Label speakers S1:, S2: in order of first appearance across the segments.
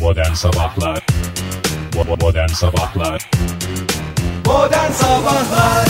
S1: Modern Sabahlar Bo- Modern Sabahlar
S2: Modern Sabahlar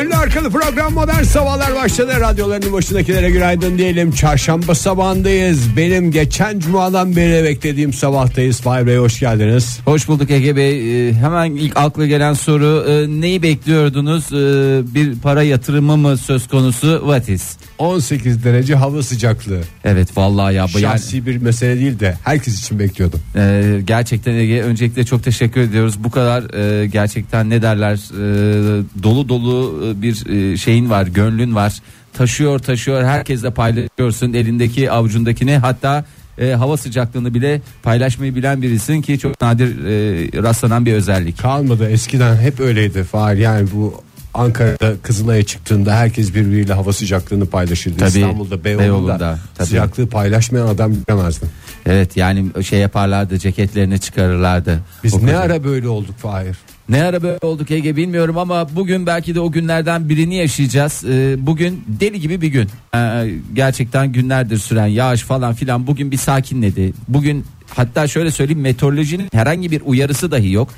S3: Önlü arkalı program modern sabahlar başladı. Radyolarının başındakilere günaydın diyelim. Çarşamba sabahındayız. Benim geçen cumadan beri beklediğim sabahtayız. Fahir Bey hoş geldiniz.
S4: Hoş bulduk Ege Bey. Ee, Hemen ilk akla gelen soru e, neyi bekliyordunuz? Ee, Bir para yatırımı mı söz konusu? What is?
S3: 18 derece hava sıcaklığı.
S4: Evet vallahi ya bu yani,
S3: Şahsi bir mesele değil de herkes için bekliyordum.
S4: e, gerçekten Ege öncelikle çok teşekkür ediyoruz. Bu kadar e, gerçekten ne derler e, dolu dolu e, bir e, şeyin var, gönlün var. Taşıyor, taşıyor. Herkesle paylaşıyorsun elindeki, avucundakini. Hatta e, hava sıcaklığını bile paylaşmayı bilen birisin ki çok nadir e, rastlanan bir özellik.
S3: Kalmadı eskiden hep öyleydi Fahir. Yani bu Ankara'da Kızılay'a çıktığında herkes birbiriyle hava sıcaklığını paylaşırdı.
S4: Tabii,
S3: İstanbul'da Beyoğlu'nda,
S4: Beyoğlu'nda, tabii.
S3: sıcaklığı paylaşmayan adam bilemezdi.
S4: Evet yani şey yaparlardı ceketlerini çıkarırlardı.
S3: Biz
S4: O
S3: ne
S4: kadar.
S3: ara böyle olduk Fahir?
S4: ne ara böyle olduk Ege bilmiyorum ama bugün belki de o günlerden birini yaşayacağız. Ee, bugün deli gibi bir gün. Ee, gerçekten günlerdir süren yağış falan filan bugün bir sakinledi. Bugün hatta şöyle söyleyeyim meteorolojinin herhangi bir uyarısı dahi yok.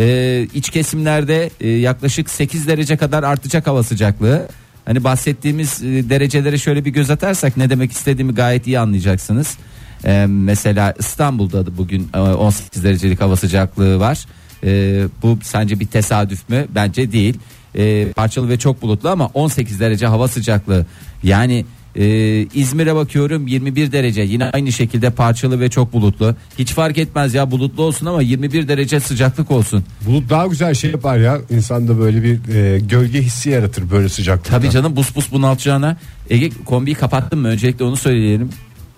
S4: Ee, iç kesimlerde e, yaklaşık 8 derece kadar artacak hava sıcaklığı. Hani bahsettiğimiz e, derecelere şöyle bir göz atarsak ne demek istediğimi gayet iyi anlayacaksınız. Ee, mesela İstanbul'da da bugün e, 18 derecelik hava sıcaklığı var. Ee, bu sence bir tesadüf mü? Bence değil. Ee, parçalı ve çok bulutlu ama 18 derece hava sıcaklığı. Yani e, İzmir'e bakıyorum 21 derece. Yine aynı şekilde parçalı ve çok bulutlu. Hiç fark etmez ya bulutlu olsun ama 21 derece sıcaklık olsun.
S3: Bulut daha güzel şey yapar ya. İnsanda böyle bir e, gölge hissi yaratır böyle sıcaklıkta.
S4: Tabii canım bus bus bunaltacağına. Ege kombiyi kapattın mı? Öncelikle onu söyleyelim.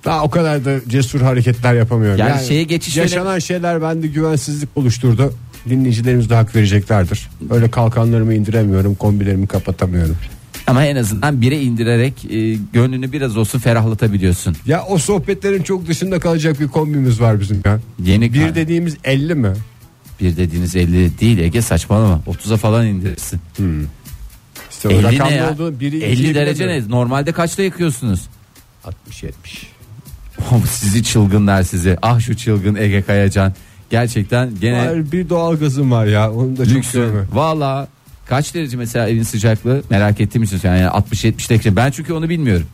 S3: Daha o kadar da cesur hareketler yapamıyorum.
S4: Yani şeye geçiş
S3: yaşanan şeyler bende güvensizlik oluşturdu. Dinleyicilerimiz de hak vereceklerdir. Öyle kalkanlarımı indiremiyorum, kombilerimi kapatamıyorum.
S4: Ama en azından bire indirerek e, gönlünü biraz olsun ferahlatabiliyorsun.
S3: Ya o sohbetlerin çok dışında kalacak bir kombimiz var bizim ya.
S4: Yeni
S3: Bir dediğimiz 50 mi?
S4: bir dediğiniz 50 değil Ege saçmalama. 30'a falan indirirsin.
S3: İşte o
S4: 50
S3: rakamda
S4: ne ya?
S3: olduğu biri
S4: 50
S3: ikiyi
S4: derece
S3: bilemiyorum.
S4: ne? Normalde kaçta yakıyorsunuz?
S3: 60 70.
S4: Oh, sizi çılgınlar sizi. Ah şu çılgın Ege Kayacan. Gerçekten gene
S3: Hayır, bir doğalgazım var ya. Onu da çok
S4: lüksün.
S3: sevmem.
S4: Valla kaç derece mesela evin sıcaklığı merak ettiğim için yani 60-70 derece. Ben çünkü onu bilmiyorum.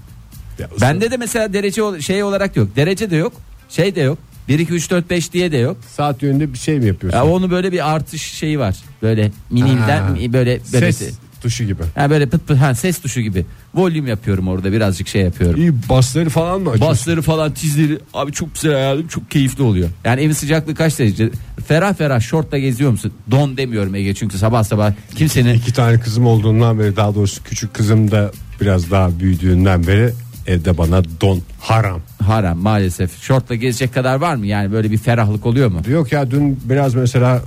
S3: Ya ısı-
S4: Bende de mesela derece ol- şey olarak yok. Derece de yok. Şey de yok. 1 2 3 4 5 diye de yok.
S3: saat yönünde bir şey mi yapıyorsun?
S4: Ya onu böyle bir artış şeyi var. Böyle minilden
S3: Ha.
S4: mi- böyle böyle
S3: Ses tuşu gibi.
S4: Ha böyle pıt pıt ha ses tuşu gibi. Volüm yapıyorum orada birazcık şey yapıyorum.
S3: İyi basları falan mı açıyorsun?
S4: Basları falan tizleri abi çok güzel hayalım çok keyifli oluyor. Yani evin sıcaklığı kaç derece? Ferah ferah şortla geziyor musun? Don demiyorum Ege çünkü sabah sabah kimsenin
S3: İki tane kızım olduğundan beri daha doğrusu küçük kızım da biraz daha büyüdüğünden beri evde bana don haram.
S4: haram maalesef şortla gezecek kadar var mı? Yani böyle bir ferahlık oluyor mu?
S3: Yok ya dün biraz mesela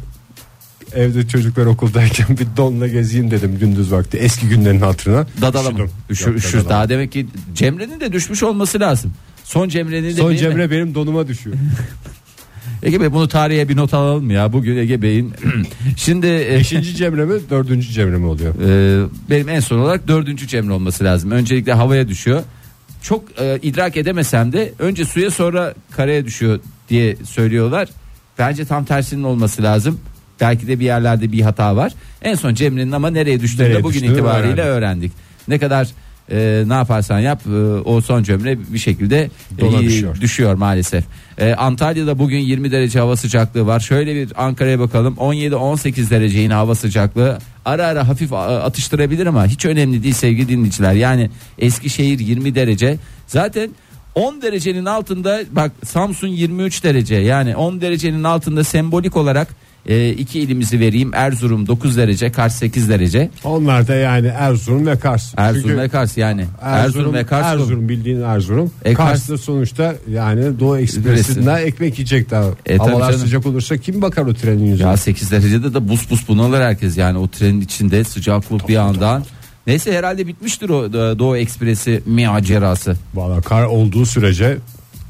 S3: evde çocuklar okuldayken bir donla gezeyim dedim gündüz vakti eski günlerin hatırına.
S4: Dadala mı?
S3: Üşüdüm.
S4: Üşür,
S3: Yok,
S4: üşür.
S3: dadala.
S4: Daha demek ki Cemre'nin de düşmüş olması lazım. Son Cemre'nin de
S3: Son
S4: değil mi?
S3: Cemre benim donuma düşüyor.
S4: Ege Bey bunu tarihe bir not alalım ya. Bugün Ege Bey'in şimdi e,
S3: Beşinci Cemre mi dördüncü Cemre mi oluyor?
S4: Ee, benim en son olarak dördüncü Cemre olması lazım. Öncelikle havaya düşüyor. Çok e, idrak edemesem de önce suya sonra karaya düşüyor diye söylüyorlar. Bence tam tersinin olması lazım. Belki de bir yerlerde bir hata var. En son Cemre'nin ama nereye düştüğünü
S3: Nereye
S4: de bugün
S3: düştüğünü
S4: itibariyle
S3: öğrendik.
S4: öğrendik. Ne kadar e, ne yaparsan yap e, o son Cemre bir şekilde e,
S3: Dola
S4: iyi-
S3: düşüyor.
S4: düşüyor maalesef. E, Antalya'da bugün 20 derece hava sıcaklığı var. Şöyle bir Ankara'ya bakalım. 17-18 derece yine hava sıcaklığı. Ara ara hafif a- atıştırabilir ama hiç önemli değil sevgili dinleyiciler. Yani Eskişehir 20 derece. Zaten 10 derecenin altında bak Samsun 23 derece. Yani 10 derecenin altında sembolik olarak e, iki ilimizi vereyim. Erzurum 9 derece, Kars 8 derece.
S3: Onlar da yani Erzurum ve Kars.
S4: Erzurum
S3: Çünkü
S4: ve Kars yani. Erzurum, ve Kars
S3: Erzurum bildiğin Erzurum.
S4: E, Kars-
S3: Kars'ta sonuçta yani Doğu Ekspresi'nden ekmek yiyecek daha.
S4: E, tabii
S3: Havalar
S4: canım.
S3: sıcak olursa kim bakar o trenin yüzüne?
S4: Ya 8 derecede de buz buz bunalır herkes yani o trenin içinde sıcaklık bir yandan. Neyse herhalde bitmiştir o e, Doğu Ekspresi macerası.
S3: Valla kar olduğu sürece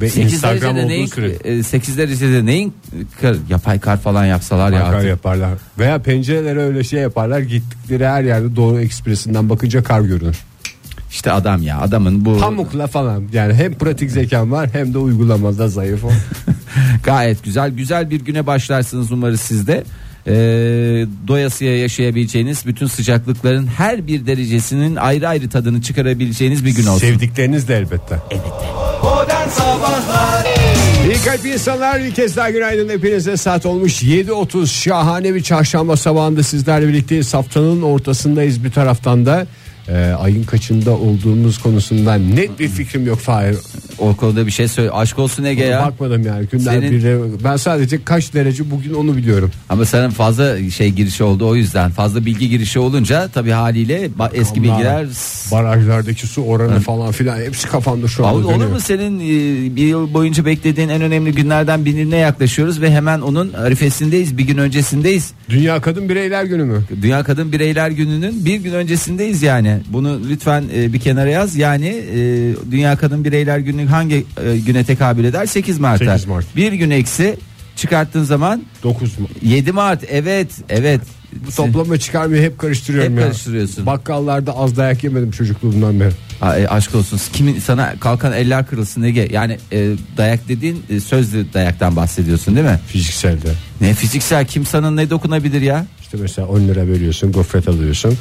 S3: ve
S4: 8
S3: Instagram
S4: derecede
S3: olduğu
S4: neyin
S3: sürece
S4: e, 8 derecede neyin kar, yapay kar falan yapsalar E, ya.
S3: kar
S4: artık.
S3: yaparlar. Veya pencerelere öyle şey yaparlar. Gittikleri her yerde Doğu Ekspresi'nden bakınca kar görünür.
S4: İşte adam ya adamın bu
S3: Pamukla falan yani hem pratik zekan var hem de uygulamada zayıf o.
S4: gayet güzel. Güzel bir güne başlarsınız umarız sizde. Ee, doyasıya yaşayabileceğiniz bütün sıcaklıkların her bir derecesinin ayrı ayrı tadını çıkarabileceğiniz bir gün olsun.
S3: Sevdikleriniz de elbette.
S2: Modern Sabahlar
S3: İyi kalp insanlar bir kez daha günaydın hepinize saat olmuş 7.30 şahane bir çarşamba sabahında sizlerle birlikteyiz haftanın ortasındayız bir taraftan da e, ayın kaçında olduğumuz konusunda net bir fikrim yok Fahir
S4: o konuda bir şey söyle. Aşk olsun Ege ya.
S3: bakmadım yani günden
S4: Senin-
S3: beri ben sadece kaç derece bugün onu biliyorum
S4: Ama senin fazla şey girişi oldu o yüzden. Fazla bilgi girişi olunca tabii haliyle ba- eski
S3: Onlar-
S4: bilgiler...
S3: barajlardaki su oranı falan filan hepsi kafamda şu anda
S4: Olur, olur
S3: dönüyor.
S4: mu senin e, bir yıl boyunca beklediğin en önemli günlerden birine yaklaşıyoruz ve hemen onun arifesindeyiz. Bir gün öncesindeyiz.
S3: Dünya Kadın Bireyler Günü mü?
S4: Dünya Kadın Bireyler Günü'nün bir gün öncesindeyiz yani. Bunu lütfen e, bir kenara yaz. Yani e, Dünya Kadın Bireyler Günü hangi e, güne tekabül eder? 8 Mart'a.
S3: 8 Mart.
S4: Bir gün eksi çıkarttığın zaman
S3: 9 mu?
S4: 7 Mart. Evet, evet.
S3: Bu toplama çıkarmayı hep karıştırıyorum
S4: Hep
S3: ya.
S4: karıştırıyorsun.
S3: Bakkallarda az dayak yemedim çocukluğumdan beri.
S4: A- e, aşk olsun. Kimin sana kalkan eller kırılsın Ege. Yani e, dayak dediğin e, sözlü dayaktan bahsediyorsun değil mi?
S3: Fizikselde.
S4: Ne fiziksel kim sana ne dokunabilir ya?
S3: İşte mesela 10 lira veriyorsun gofret alıyorsun.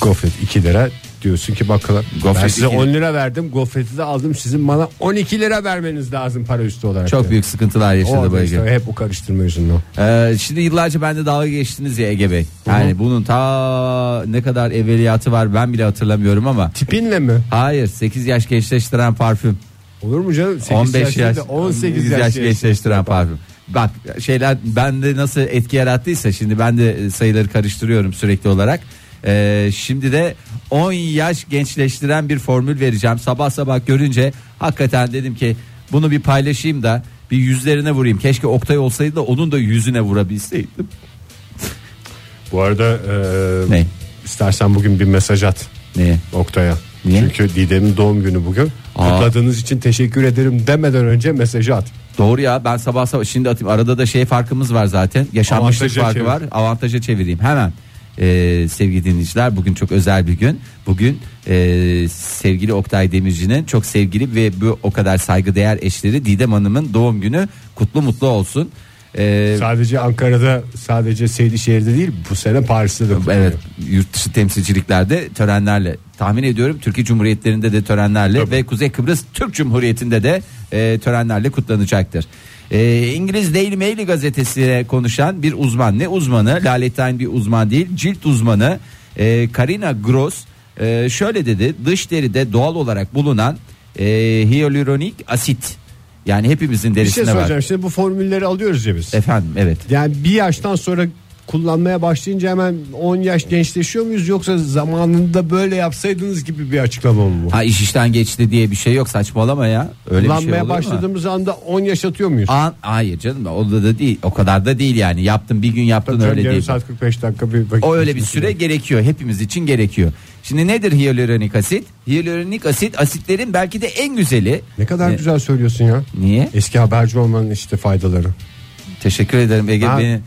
S3: Gofret 2 lira diyorsun ki bakalım.
S4: Gofret
S3: ben size
S4: iki
S3: 10 lira verdim gofreti de aldım sizin bana 12 lira vermeniz lazım para üstü olarak.
S4: Çok büyük sıkıntılar yaşadı
S3: o
S4: bu
S3: da
S4: Ege.
S3: işte hep o karıştırma yüzünden.
S4: Ee, şimdi yıllarca bende dalga geçtiniz ya Ege Bey. Yani bunun ta ne kadar evveliyatı var ben bile hatırlamıyorum ama.
S3: Tipinle mi?
S4: Hayır 8 yaş gençleştiren parfüm.
S3: Olur mu canım? Sekiz
S4: 15
S3: yaşında
S4: yaş,
S3: da 18
S4: yaş
S3: yaş,
S4: gençleştiren parfüm. Bak şeyler bende nasıl etki yarattıysa şimdi ben de e, sayıları karıştırıyorum sürekli olarak. Ee, şimdi de 10 yaş gençleştiren bir formül vereceğim. Sabah sabah görünce hakikaten dedim ki bunu bir paylaşayım da bir yüzlerine vurayım. Keşke Oktay olsaydı da onun da yüzüne vurabilseydim.
S3: Bu arada e,
S4: Ne?
S3: istersen bugün bir mesaj at
S4: Neye?
S3: Oktay'a.
S4: Niye?
S3: Çünkü Didem'in doğum günü bugün.
S4: Aa.
S3: Kutladığınız için teşekkür ederim demeden önce mesajı at.
S4: Doğru ya ben sabah sabah şimdi atayım arada da şey farkımız var zaten yaşanmışlık
S3: Avantaja
S4: farkı
S3: çevir.
S4: var avantaja çevireyim hemen Ee, sevgili dinleyiciler bugün çok özel bir gün bugün ee, sevgili Oktay Demirci'nin çok sevgili ve bu o kadar saygıdeğer eşleri Didem Hanım'ın doğum günü kutlu mutlu olsun Ee,
S3: Sadece Ankara'da sadece Seydişehir'de değil bu sene Paris'te de kutlanıyor.
S4: evet yurt dışı temsilciliklerde törenlerle tahmin ediyorum Türkiye Cumhuriyetlerinde de törenlerle ve Kuzey Kıbrıs Türk Cumhuriyeti'nde de e, törenlerle kutlanacaktır. E, İngiliz Daily Mail gazetesine konuşan bir uzman ne uzmanı laletten bir uzman değil cilt uzmanı e, Karina Gross e, şöyle dedi dış deride doğal olarak bulunan e, hyaluronik asit yani hepimizin
S3: Bir şey
S4: derisine
S3: soracağım
S4: var.
S3: şimdi bu formülleri alıyoruz ya biz.
S4: Efendim evet.
S3: Yani bir yaştan sonra kullanmaya başlayınca hemen 10 yaş gençleşiyor muyuz yoksa zamanında böyle yapsaydınız gibi bir açıklama mı bu?
S4: Ha iş işten geçti diye bir şey yok saçmalama ya. Öyle bir şey
S3: Kullanmaya
S4: olur mu?
S3: başladığımız anda 10 yaş atıyor muyuz?
S4: An, hayır canım o da, da değil o kadar da değil yani yaptın bir gün yaptın
S3: Tabii
S4: öyle
S3: yarım
S4: değil.
S3: saat 45 dakika bir vakit
S4: O öyle bir
S3: geçmesi
S4: süre
S3: lazım.
S4: gerekiyor hepimiz için gerekiyor. Şimdi nedir hyaluronik asit? Hyaluronik asit asitlerin belki de en güzeli.
S3: Ne kadar
S4: Ne-
S3: güzel söylüyorsun ya.
S4: Niye?
S3: Eski haberci olmanın işte faydaları.
S4: Teşekkür ederim Ege
S3: Ben
S4: beni.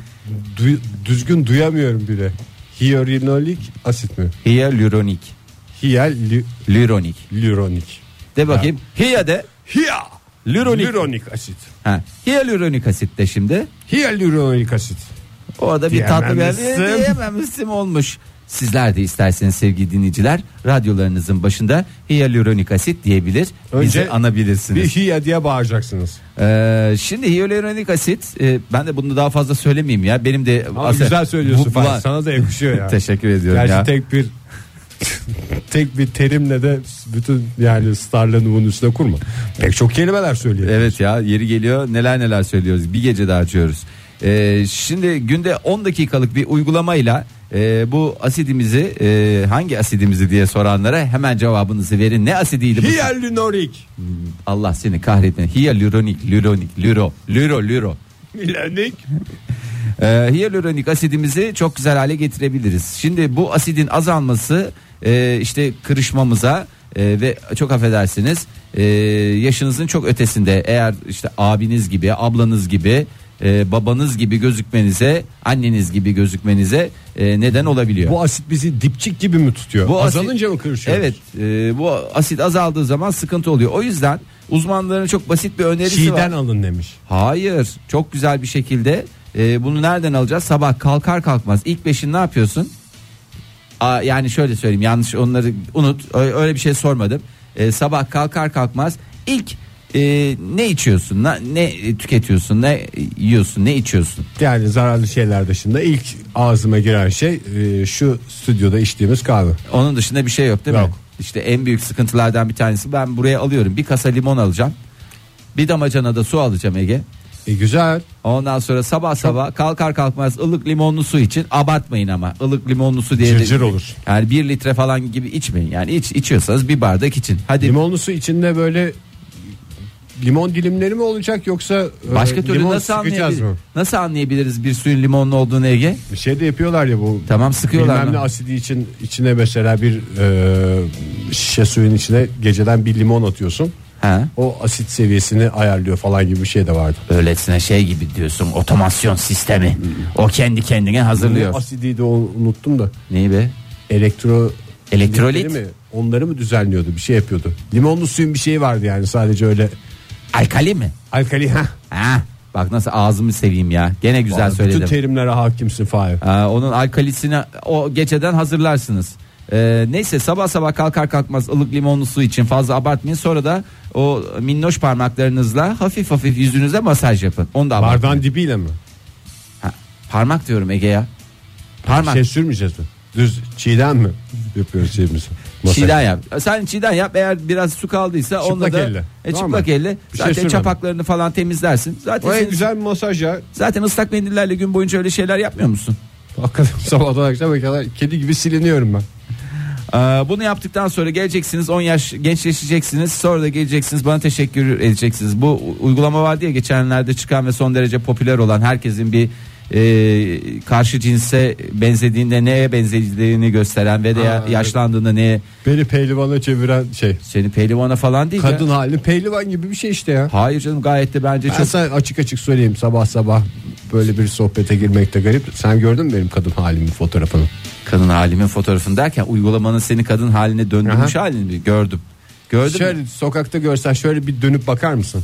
S3: du- düzgün duyamıyorum bile. Hyaluronik asit mi?
S4: Hyaluronik.
S3: Hyaluronik.
S4: Lüronik. De bakayım. Hya de.
S3: Hya.
S4: Lüronik.
S3: Hyaluronik asit.
S4: Ha. Hyaluronik asit de şimdi.
S3: Hyaluronik asit.
S4: Orada bir tatlı
S3: Diyememişsin.
S4: bir diyememişsin olmuş. Sizler de isterseniz sevgili dinleyiciler radyolarınızın başında hyaluronik asit diyebilir.
S3: Önce
S4: bizi anabilirsiniz.
S3: Bir hiya diye bağıracaksınız.
S4: Ee, şimdi hyaluronik asit e, ben de bunu daha fazla söylemeyeyim ya. Benim de
S3: Ama
S4: aslında-
S3: güzel söylüyorsun
S4: Bu-
S3: Fahir.
S4: var.
S3: Sana da yakışıyor ya.
S4: Teşekkür ediyorum
S3: Gerçi
S4: ya.
S3: tek bir tek bir terimle de bütün yani starlarını bunun üstüne kurma. Pek çok kelimeler söylüyor.
S4: Evet ya yeri geliyor neler neler söylüyoruz. Bir gece daha açıyoruz. Ee, şimdi günde 10 dakikalık bir uygulamayla e, bu asidimizi e, hangi asidimizi diye soranlara hemen cevabınızı verin. Ne asidiydi bu?
S3: Hyaluronik.
S4: Allah seni kahretme. Hyaluronik, lüronik, lüro, lüro, lüro.
S3: Milenik.
S4: Ee, hyaluronik asidimizi çok güzel hale getirebiliriz. Şimdi bu asidin azalması e, işte kırışmamıza, Ee, ve çok affedersiniz ee, yaşınızın çok ötesinde eğer işte abiniz gibi ablanız gibi ee, babanız gibi gözükmenize anneniz gibi gözükmenize ee, neden olabiliyor.
S3: Bu asit bizi dipçik gibi mi tutuyor?
S4: asit-
S3: Azalınca mı kırışıyor?
S4: Evet e, bu asit azaldığı zaman sıkıntı oluyor. O yüzden uzmanların çok basit bir önerisi var.
S3: Çiğden alın demiş.
S4: Hayır çok güzel bir şekilde e, bunu nereden alacağız? Sabah kalkar kalkmaz ilk beşin ne yapıyorsun? Aa, yani şöyle söyleyeyim yanlış onları unut Ö- öyle bir şey sormadım. E, sabah kalkar kalkmaz ilk e, ne içiyorsun Na- ne e, tüketiyorsun ne e, yiyorsun ne içiyorsun?
S3: Yani zararlı şeyler dışında ilk ağzıma giren şey e, şu stüdyoda içtiğimiz kahve.
S4: Onun dışında bir şey yok değil mi?
S3: Yok.
S4: İşte en büyük sıkıntılardan bir tanesi ben buraya alıyorum bir kasa limon alacağım. Bir damacana da su alacağım Ege.
S3: E, güzel.
S4: Ondan sonra sabah sabah kalkar kalkmaz ılık limonlu su için abartmayın ama ılık limonlu su diye de-
S3: Cırcır olur.
S4: Yani bir litre falan gibi içmeyin. Yani iç, içiyorsanız bir bardak için. Hadi
S3: Limonlu su içinde böyle limon dilimleri mi olacak yoksa e,
S4: başka türlü
S3: limon
S4: nasıl
S3: sıkacağız
S4: anlayabiliriz?
S3: mı?
S4: Nasıl anlayabiliriz bir suyun limonlu olduğunu Ege?
S3: Bir şey de yapıyorlar ya bu.
S4: Tamam, sıkıyorlar
S3: Bilmem
S4: mı?
S3: ne asidi için içine mesela bir e, şişe suyun içine geceden bir limon atıyorsun.
S4: Ha?
S3: O asit seviyesini ayarlıyor falan gibi bir şey de vardı.
S4: Öylesine şey gibi diyorsun otomasyon sistemi. O kendi kendine hazırlıyor.
S3: Asidi de o- unuttum da.
S4: Neyi be?
S3: Elektro
S4: Elektrolit.
S3: mi? Onları mı düzenliyordu? Bir şey yapıyordu. Limonlu suyun bir şeyi vardı yani sadece öyle
S4: Alkali mi?
S3: alkali ha.
S4: Ha? Bak nasıl ağzımı seveyim ya. Gene güzel
S3: Vallahi
S4: söyledim.
S3: Bütün terimlere hakimsin Fahir.
S4: Aa, Ee, onun alkalisini o geceden hazırlarsınız. Ee, neyse sabah sabah kalkar kalkmaz ılık limonlu su için fazla abartmayın. Sonra da o minnoş parmaklarınızla hafif hafif yüzünüze masaj yapın. Onu da abartmayın.
S3: Bardağın dibiyle mi?
S4: Ha, parmak diyorum Ege ya. Parmak.
S3: Şey sürmeyeceğiz mi? Düz çiğden mi yapıyoruz şeyimizi? Masaj.
S4: Çiğden yap. Sen çiğden yap. Eğer biraz su kaldıysa
S3: Çıplak
S4: onunla da
S3: elle.
S4: E,
S3: Tamam
S4: çıplak
S3: mı?
S4: elle.
S3: Bir şey
S4: Zaten
S3: sürmem.
S4: çapaklarını falan temizlersin. Zaten
S3: Vay
S4: senin-
S3: güzel bir masaj ya.
S4: zaten ıslak mendillerle gün boyunca öyle şeyler yapmıyor musun?
S3: Hakikaten sabahtan akşama kadar kedi gibi siliniyorum ben.
S4: Ee, Bunu yaptıktan sonra geleceksiniz 10 yaş gençleşeceksiniz sonra da geleceksiniz bana teşekkür edeceksiniz. Bu u- uygulama vardı ya geçenlerde çıkan ve son derece popüler olan herkesin bir e, karşı cinse benzediğinde neye benzediğini gösteren ve de ya-
S3: evet.
S4: yaşlandığında neye
S3: Beni pehlivana çeviren şey.
S4: seni pehlivana falan değil
S3: Kadın
S4: ya.
S3: hali pehlivan gibi bir şey işte ya.
S4: Hayır canım gayet de bence
S3: Ben
S4: çok
S3: sana açık açık söyleyeyim sabah sabah böyle bir sohbete girmek de garip. Sen gördün mü benim kadın halimin fotoğrafını?
S4: kadın halimin fotoğrafını derken uygulamanın seni kadın haline döndürmüş
S3: Aha.
S4: halini gördüm. Gördüm.
S3: Şöyle sokakta görsen şöyle bir dönüp bakar mısın?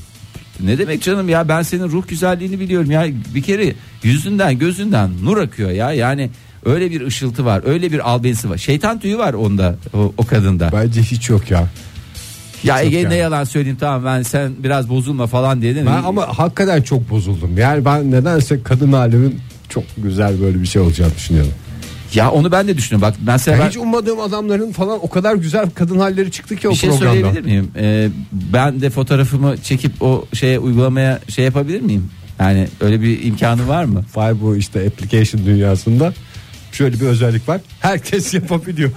S4: Ne demek canım ya ben senin ruh güzelliğini biliyorum ya bir kere yüzünden gözünden nur akıyor ya yani öyle bir ışıltı var öyle bir albenisi var şeytan tüyü var onda o, o kadında
S3: Bence hiç yok ya.
S4: ya Ege
S3: yani.
S4: ne yalan söyleyeyim tamam ben sen biraz bozulma falan diye değil mi?
S3: Ben ama hakikaten çok bozuldum. Yani ben nedense kadın halimin çok güzel böyle bir şey olacağını düşünüyorum.
S4: ya onu ben de düşünüyorum bak mesela
S3: Ya
S4: ben
S3: hiç ummadığım adamların falan o kadar güzel kadın halleri çıktı ki o
S4: bir şey
S3: programda.
S4: söyleyebilir miyim Ee, ben de fotoğrafımı çekip o şeye uygulamaya şey yapabilir miyim yani öyle bir imkanı var mı
S3: Fire bu işte application dünyasında şöyle bir özellik var. Herkes yapabiliyor.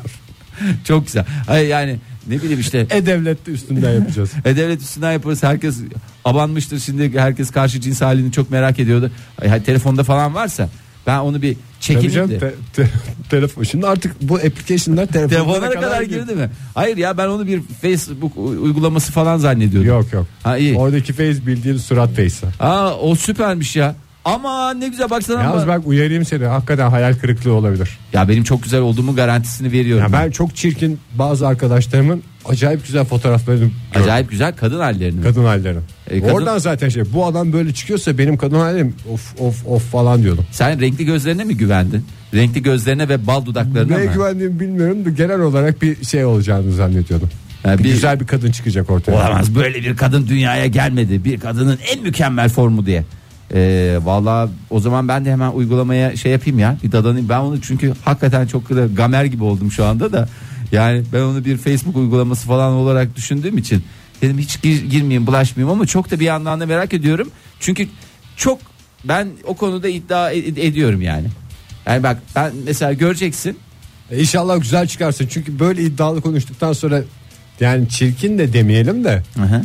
S4: çok güzel Hayır yani ne bileyim işte
S3: E-Devlet'te üstünden yapacağız.
S4: E devlet üstünden yaparız. Herkes abanmıştır şimdi. Herkes karşı cins halini çok merak ediyordu. Ay, hay- telefonda falan varsa ben onu bir
S3: Tabii
S4: çekineyim
S3: canım,
S4: de.
S3: te- te- telefon. Şimdi artık bu application'lar telefonlara
S4: Telefonlara
S3: kadar,
S4: kadar
S3: girdi.
S4: girdi mi? Hayır ya ben onu bir Facebook u- uygulaması falan zannediyordum.
S3: Yok yok.
S4: Ha iyi.
S3: Oradaki face bildiğin surat face'i.
S4: Aa o süpermiş ya. Ama ne güzel baksana.
S3: Yalnız
S4: ama-
S3: ben uyarayım seni. Hakikaten hayal kırıklığı olabilir.
S4: Ya benim çok güzel olduğumun garantisini veriyorum.
S3: Ya
S4: ben.
S3: ben çok çirkin bazı arkadaşlarımın acayip güzel fotoğraflarını gördüm.
S4: Acayip güzel kadın hallerini.
S3: Kadın halleri.
S4: E, kadın-
S3: Oradan zaten şey bu adam böyle çıkıyorsa benim kadın halim of of of falan diyordum.
S4: Sen renkli gözlerine mi güvendin? Renkli gözlerine ve bal dudaklarına
S3: Neye
S4: mı?
S3: güvendiğimi bilmiyorum da genel olarak bir şey olacağını zannediyordum.
S4: Ha,
S3: Bir
S4: bir-
S3: Güzel bir kadın çıkacak ortaya.
S4: Olamaz böyle bir kadın dünyaya gelmedi. Bir kadının en mükemmel formu diye. Ee, Valla o zaman ben de hemen uygulamaya şey yapayım ya. Bir dadanayım. Ben onu çünkü hakikaten çok kıra- gamer gibi oldum şu anda da. Yani ben onu bir Facebook uygulaması falan olarak düşündüğüm için dedim hiç gir- girmeyeyim bulaşmayayım ama çok da bir yandan da merak ediyorum. Çünkü çok ben o konuda iddia ed- ediyorum yani. Yani bak ben mesela göreceksin
S3: E, İnşallah güzel çıkarsın. Çünkü böyle iddialı konuştuktan sonra yani çirkin de demeyelim de
S4: Hı hı.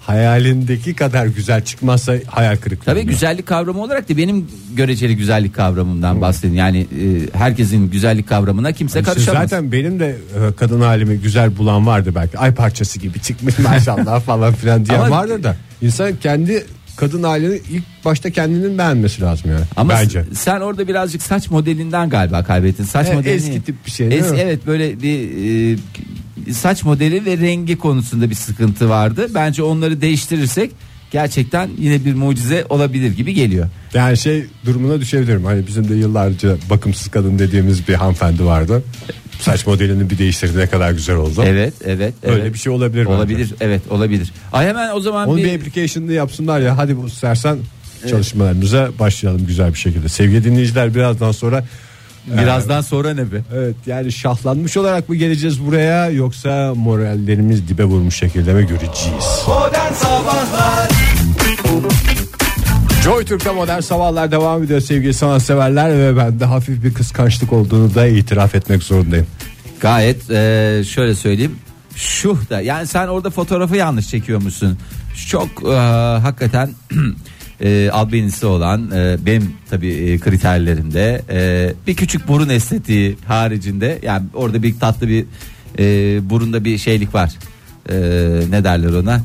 S3: hayalindeki kadar güzel çıkmazsa hayal kırıklığı.
S4: Tabii
S3: oluyor.
S4: güzellik kavramı olarak da benim göreceli güzellik kavramından bahsedin. Yani e, herkesin güzellik kavramına kimse
S3: İşte
S4: karışamaz.
S3: şey Zaten benim de e, kadın halimi güzel bulan vardı belki. Ay parçası gibi çıkmış maşallah falan filan diyen
S4: Ama-
S3: vardır da. İnsan kendi kadın halini ilk başta kendinin beğenmesi lazım yani.
S4: Ama
S3: Bence.
S4: s- sen orada birazcık saç modelinden galiba kaybettin. Saç
S3: E,
S4: modeli
S3: eski tip bir şey değil mi?
S4: Evet böyle bir e, saç modeli ve rengi konusunda bir sıkıntı vardı. Bence onları değiştirirsek gerçekten yine bir mucize olabilir gibi geliyor.
S3: Yani şey durumuna düşebilirim. Hani bizim de yıllarca bakımsız kadın dediğimiz bir hanımefendi vardı. Saç modelini bir değiştirdi ne kadar güzel oldu.
S4: Evet, evet, evet.
S3: Öyle bir şey olabilir bence.
S4: Olabilir, evet, olabilir. Ay hemen o zaman
S3: Onun
S4: bir,
S3: bir, application'ını yapsınlar ya hadi bu istersen çalışmalarımıza başlayalım güzel bir şekilde. Sevgili dinleyiciler birazdan sonra
S4: birazdan sonra ne be?
S3: Evet yani şahlanmış olarak mı geleceğiz buraya yoksa morallerimiz dibe vurmuş şekilde mi göreceğiz?
S2: Modern Sabahlar
S3: Joy Türk'te modern sabahlar devam ediyor sevgili sanatseverler ve ben de hafif bir kıskançlık olduğunu da itiraf etmek zorundayım.
S4: Gayet e, şöyle söyleyeyim. Şuh da yani sen orada fotoğrafı yanlış çekiyormuşsun. Çok e, hakikaten e, albenisi olan e, benim tabii e, kriterlerimde e, bir küçük burun estetiği haricinde yani orada bir tatlı bir e, burunda bir şeylik var. E, ne derler ona?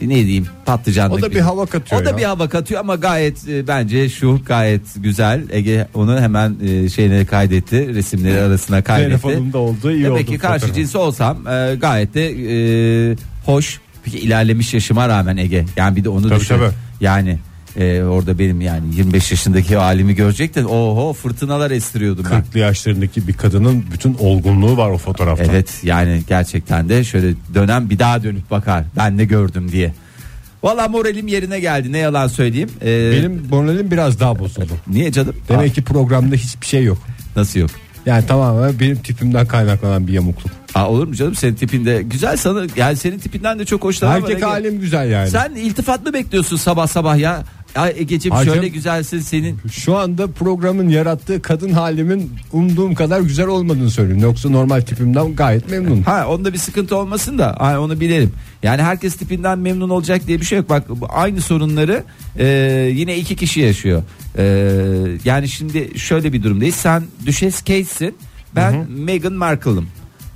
S4: Bir Ne diyeyim patlıcanlık.
S3: O da bir hava katıyor
S4: O da
S3: ya.
S4: bir hava katıyor ama gayet e, bence şu gayet güzel. Ege onu hemen e, şeyine kaydetti. Resimleri arasına kaydetti.
S3: Telefonumda olduğu iyi
S4: Demek
S3: oldu
S4: ki karşı
S3: fotoğraf.
S4: cinsi olsam e, gayet de e, hoş. Peki ilerlemiş yaşıma rağmen Ege. Yani bir de onu
S3: Tabii,
S4: düşün.
S3: tabii.
S4: Yani e, orada benim yani 25 yaşındaki halimi görecek de oho fırtınalar estiriyordum ben.
S3: 40'lı yaşlarındaki bir kadının bütün olgunluğu var o fotoğrafta.
S4: Evet yani gerçekten de şöyle dönem bir daha dönüp bakar. Ben ne gördüm diye. Valla moralim yerine geldi ne yalan söyleyeyim. E,
S3: Benim moralim biraz daha bozuldu.
S4: Niye canım?
S3: Demek ki programda hiçbir şey yok.
S4: Aa, nasıl yok?
S3: Yani tamamen benim tipimden kaynaklanan bir yamukluk.
S4: Aa, olur mu canım senin tipinde güzel sana yani senin tipinden de çok hoşlanmam.
S3: Erkek
S4: Ege.
S3: halim güzel yani.
S4: Sen iltifat mı bekliyorsun sabah sabah ya? Ay Ege'ciğim
S3: Hacım.
S4: şöyle güzelsin senin.
S3: Şu anda programın yarattığı kadın halimin umduğum kadar güzel olmadığını söyleyeyim. Yoksa normal tipimden gayet memnunum.
S4: Ha onda bir sıkıntı olmasın da ay, onu bilelim. Yani herkes tipinden memnun olacak diye bir şey yok. Bak bu aynı sorunları e, yine iki kişi yaşıyor. E, yani şimdi şöyle bir durumdayız. Sen Düşes Case'sin. Ben Meghan Markle'ım.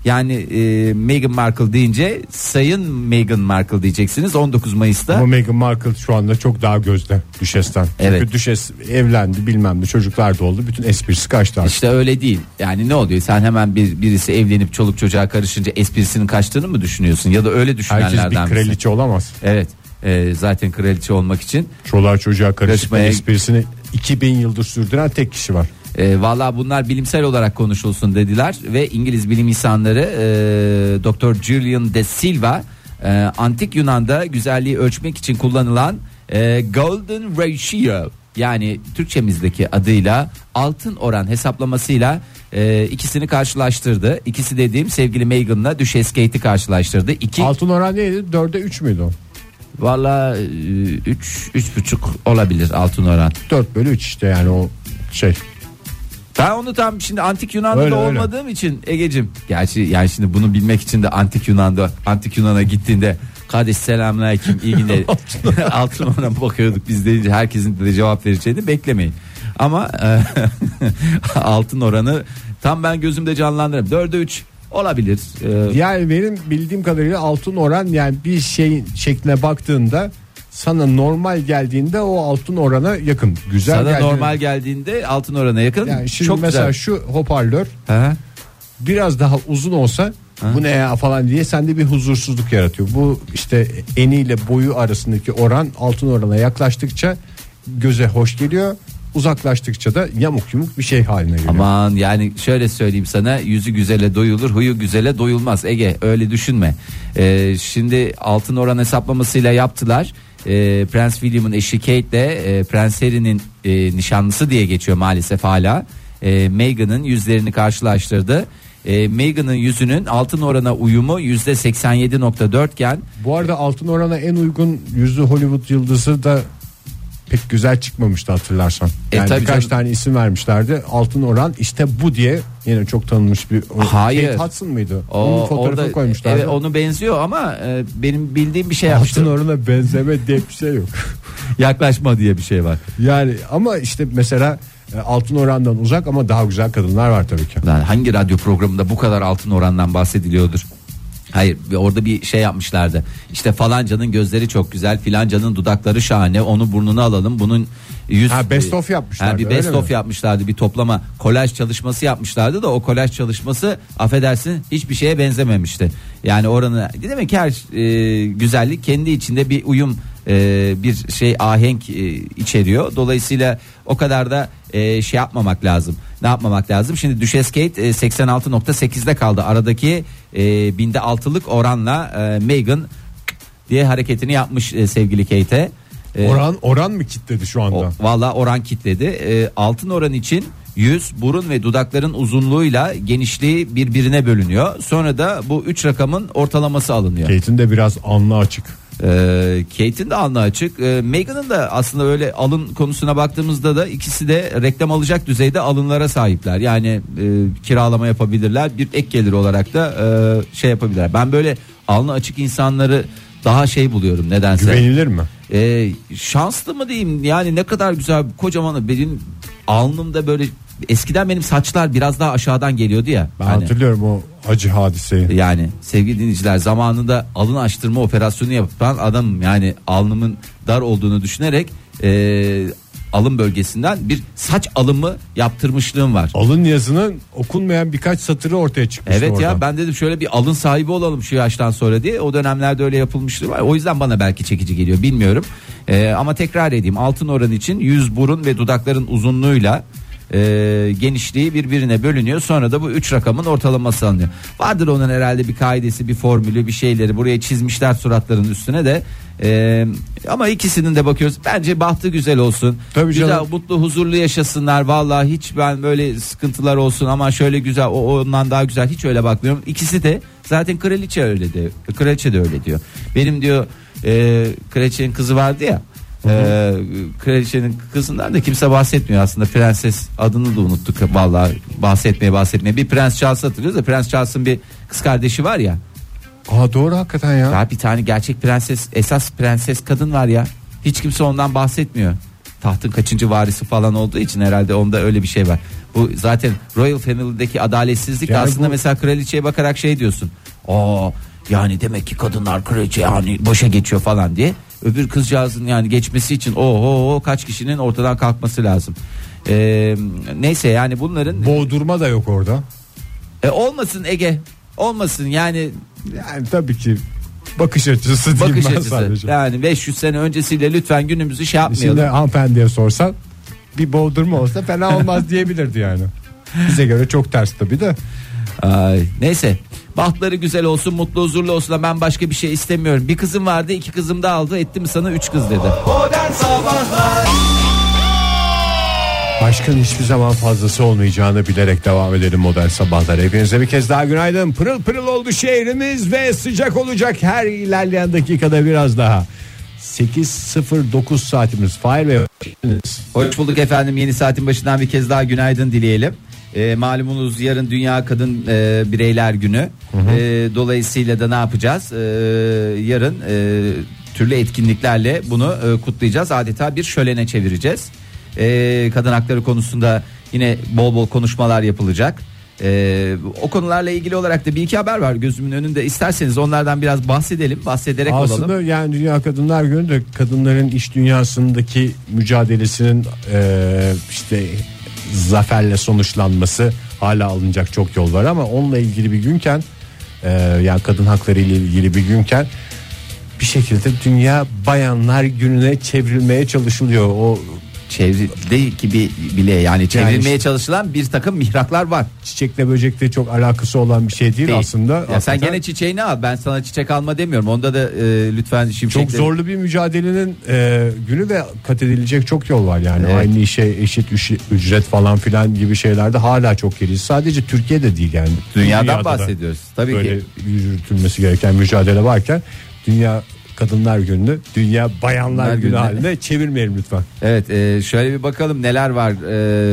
S4: Yani e, Meghan Markle deyince Sayın Meghan Markle diyeceksiniz 19 Mayıs'ta.
S3: Ama Meghan Markle şu anda çok daha gözde Düşes'ten. Çünkü
S4: Evet.
S3: Düşes evlendi bilmem ne çocuklar da oldu. Bütün esprisi kaçtı artık.
S4: İşte öyle değil. Yani ne oluyor? Sen hemen bir birisi evlenip çoluk çocuğa karışınca esprisinin kaçtığını mı düşünüyorsun? Ya da öyle
S3: Herkes
S4: düşünenlerden
S3: bir
S4: misin?
S3: kraliçe olamaz.
S4: Evet. Ee, zaten kraliçe olmak için.
S3: Çoluğa çocuğa karışık bir
S4: Karışmaya-
S3: esprisini 2000 yıldır sürdüren tek kişi var.
S4: Ee, Valla bunlar bilimsel olarak konuşulsun dediler ve İngiliz bilim insanları e, Dr. Julian De Silva e, antik Yunan'da güzelliği ölçmek için kullanılan e, golden ratio yani Türkçemizdeki adıyla altın oran hesaplamasıyla e, ikisini karşılaştırdı. İkisi dediğim sevgili Meghan'la Düşes Kate'i karşılaştırdı. İki
S3: Altın oran neydi? 4'e 3 müydü o?
S4: valla 3 e, üç buçuk olabilir altın oran.
S3: 4 bölü 3 işte yani o şey.
S4: Ben onu tam şimdi antik Yunan'da
S3: Öyle,
S4: da
S3: öyle.
S4: olmadığım için Egecim. Gerçi yani şimdi bunu bilmek için de antik Yunan'da antik Yunan'a gittiğinde kardeş selamünaleyküm iyi günler. Altın ona bakıyorduk biz deyince herkesin de cevap vereceğini beklemeyin. Ama e, altın oranı tam ben gözümde canlandırırım. 4'e 3 olabilir. E,
S3: Yani benim bildiğim kadarıyla altın oran yani bir şeyin şekline baktığında sana normal geldiğinde o altın orana yakın. Güzel
S4: sana
S3: geldiğinde-
S4: normal geldiğinde altın orana yakın.
S3: Yani şimdi
S4: Çok
S3: mesela
S4: güzel.
S3: şu hoparlör
S4: Ha?
S3: biraz daha uzun olsa bu ne ya falan diye sende bir huzursuzluk yaratıyor. Bu işte eniyle boyu arasındaki oran altın orana yaklaştıkça göze hoş geliyor. Uzaklaştıkça da yamuk yumuk bir şey haline geliyor.
S4: Aman yani şöyle söyleyeyim sana yüzü güzele doyulur huyu güzele doyulmaz Ege öyle düşünme. Ee, şimdi altın oran hesaplamasıyla yaptılar. Ee, Prens William'ın eşi Kate de e, Prens Harry'nin e, nişanlısı diye geçiyor maalesef hala. E, Meghan'ın yüzlerini karşılaştırdı. E, Meghan'ın yüzünün altın orana uyumu yüzde %87.4 iken
S3: Bu arada altın orana en uygun yüzlü Hollywood yıldızı da pek güzel çıkmamıştı hatırlarsan.
S4: E,
S3: Yani
S4: tabii
S3: birkaç
S4: canım.
S3: tane isim vermişlerdi. Altın Oran işte bu diye yine çok tanınmış bir oyun.
S4: Hayır.
S3: Kate Hudson mıydı?
S4: O,
S3: Onun fotoğrafını
S4: orada, e,
S3: koymuşlardı.
S4: Evet, onu benziyor ama e, benim bildiğim bir şey
S3: Altın
S4: yaptı.
S3: Oran'a benzeme diye bir şey yok.
S4: Yaklaşma diye bir şey var.
S3: Yani ama işte mesela e, Altın Oran'dan uzak ama daha güzel kadınlar var tabii ki.
S4: Lan hangi radyo programında bu kadar altın orandan bahsediliyordur? Hayır ve orada bir şey yapmışlardı. İşte falancanın gözleri çok güzel, filancanın dudakları şahane. Onu burnuna alalım. Bunun yüz e,
S3: Ha, best of yapmışlardı,
S4: Ha, bir
S3: öyle
S4: best
S3: mi?
S4: of yapmışlardı. Bir toplama kolaj çalışması yapmışlardı da o kolaj çalışması affedersin hiçbir şeye benzememişti. Yani oranı demek ki her e, güzellik kendi içinde bir uyum e, bir şey ahenk e, içeriyor. Dolayısıyla o kadar da e, şey yapmamak lazım. Ne yapmamak lazım? Şimdi Düşes Kate e, 86.8'de kaldı. Aradaki e, binde altılık oranla e, Megan diye hareketini yapmış e, sevgili Kate'e. E,
S3: Oran Oran mı kitledi şu anda?
S4: o- Valla oran kitledi. Ee, altın oran için yüz, burun ve dudakların uzunluğuyla genişliği birbirine bölünüyor. Sonra da bu üç rakamın ortalaması alınıyor.
S3: Kate'in de biraz alnı açık.
S4: Ee, Kate'in de alnı açık. Ee, Meghan'ın da aslında öyle alın konusuna baktığımızda da ikisi de reklam alacak düzeyde alınlara sahipler. Yani e, kiralama yapabilirler. Bir ek gelir olarak da e, şey yapabilirler. Ben böyle alnı açık insanları daha şey buluyorum nedense.
S3: Güvenilir mi?
S4: Ee, şanslı mı diyeyim yani ne kadar güzel kocaman benim alnımda böyle eskiden benim saçlar biraz daha aşağıdan geliyordu ya.
S3: Ben
S4: Hani,
S3: hatırlıyorum o acı hadiseyi.
S4: yani sevgili dinleyiciler zamanında alın açtırma operasyonu yapan adamım yani alnımın dar olduğunu düşünerek ee, alın bölgesinden bir saç alımı yaptırmışlığım var.
S3: Alın yazının okunmayan birkaç satırı ortaya çıkmış
S4: Evet
S3: oradan.
S4: ya ben dedim şöyle bir alın sahibi olalım şu yaştan sonra diye. O dönemlerde öyle yapılmıştı. O yüzden bana belki çekici geliyor bilmiyorum. Ee, ama tekrar edeyim altın oran için yüz burun ve dudakların uzunluğuyla e, genişliği birbirine bölünüyor. Sonra da bu üç rakamın ortalaması alınıyor. Vardır onun herhalde bir kaidesi bir formülü bir şeyleri buraya çizmişler suratların üstüne de. Ee, ama ikisinin de bakıyoruz. Bence bahtı güzel olsun.
S3: Tabii
S4: Güzel,
S3: canım.
S4: mutlu huzurlu yaşasınlar vallahi hiç ben böyle sıkıntılar olsun ama şöyle güzel o ondan daha güzel hiç öyle bakmıyorum ikisi de zaten kraliçe öyle de kraliçe de öyle diyor benim diyor e, kraliçenin kızı vardı ya e, kraliçenin kızından da kimse bahsetmiyor aslında prenses adını da unuttuk vallahi bahsetmeye bahsetmeye bir prens Charles hatırlıyoruz da prens Charles'ın bir kız kardeşi var ya
S3: Aa doğru hakikaten ya.
S4: daha bir tane gerçek prenses esas prenses kadın var ya. Hiç kimse ondan bahsetmiyor. Tahtın kaçıncı varisi falan olduğu için herhalde onda öyle bir şey var. Bu zaten Royal Family'deki adaletsizlik de
S3: Yani
S4: aslında
S3: bu-
S4: mesela kraliçeye bakarak şey diyorsun. Aa yani demek ki kadınlar kraliçe yani boşa geçiyor falan diye. Öbür kızcağızın yani geçmesi için oho kaç kişinin ortadan kalkması lazım. Ee, neyse yani bunların
S3: Boğdurma da yok orada.
S4: E, olmasın Ege olmasın yani
S3: Yani tabii ki bakış açısı değil
S4: bakış
S3: ben
S4: açısı.
S3: sadece.
S4: Yani 500 sene öncesiyle lütfen günümüzü şey yapmayalım.
S3: Şimdi hanımefendiye sorsan bir boğdurma olsa fena olmaz diyebilirdi yani. Bize göre çok ters tabii de.
S4: Ay, neyse. Bahtları güzel olsun, mutlu huzurlu olsun. Ben başka bir şey istemiyorum. Bir kızım vardı, iki kızım da aldı. Ettim sana üç kız dedi.
S2: Modern Sabahlar
S3: Aşkın hiçbir zaman fazlası olmayacağını bilerek devam edelim modern sabahlar. Hepinize bir kez daha günaydın. Pırıl pırıl oldu şehrimiz ve sıcak olacak her ilerleyen dakikada biraz daha. 8.09 saatimiz. Fahir Bey. hoş geldiniz.
S4: Hoş bulduk efendim. Yeni saatin başından bir kez daha günaydın dileyelim. E, malumunuz yarın Dünya Kadın e, Bireyler Günü. E, dolayısıyla da ne yapacağız? E, yarın e, türlü etkinliklerle bunu e, kutlayacağız. Adeta bir şölene çevireceğiz. E, kadın hakları konusunda yine bol bol konuşmalar yapılacak. E, o konularla ilgili olarak da bir iki haber var gözümün önünde. İsterseniz onlardan biraz bahsedelim, bahsederek olalım.
S3: Aslında yani Dünya Kadınlar Günü de kadınların iş dünyasındaki mücadelesinin e, işte zaferle sonuçlanması hala alınacak çok yol var ama onunla ilgili bir günken e, yani kadın hakları ile ilgili bir günken bir şekilde Dünya Bayanlar Günü'ne çevrilmeye çalışılıyor. O
S4: Çevrildi gibi bile yani çevrilmeye
S3: işte-
S4: çalışılan bir takım mihraklar var.
S3: çiçekle böcekle çok alakası olan bir şey değil,
S4: Değil.
S3: aslında.
S4: Ya sen
S3: Hakikaten
S4: gene çiçeğini al. Ben sana çiçek alma demiyorum. Onda da e, lütfen
S3: çok
S4: şimşekleri.
S3: zorlu bir mücadelenin e, günü ve kat edilecek çok yol var yani.
S4: Evet.
S3: Aynı işe eşit üş- ücret falan filan gibi şeylerde hala çok geriyiz. Sadece Türkiye'de değil yani.
S4: Dünyadan
S3: Dünyada da
S4: bahsediyoruz. Tabii
S3: böyle
S4: ki.
S3: yürütülmesi gereken mücadele varken dünya Kadınlar Günü'nü Dünya Bayanlar
S4: Bayanlar
S3: Günü
S4: Günü.
S3: haline çevirmeyelim lütfen.
S4: Evet e, şöyle bir bakalım neler var.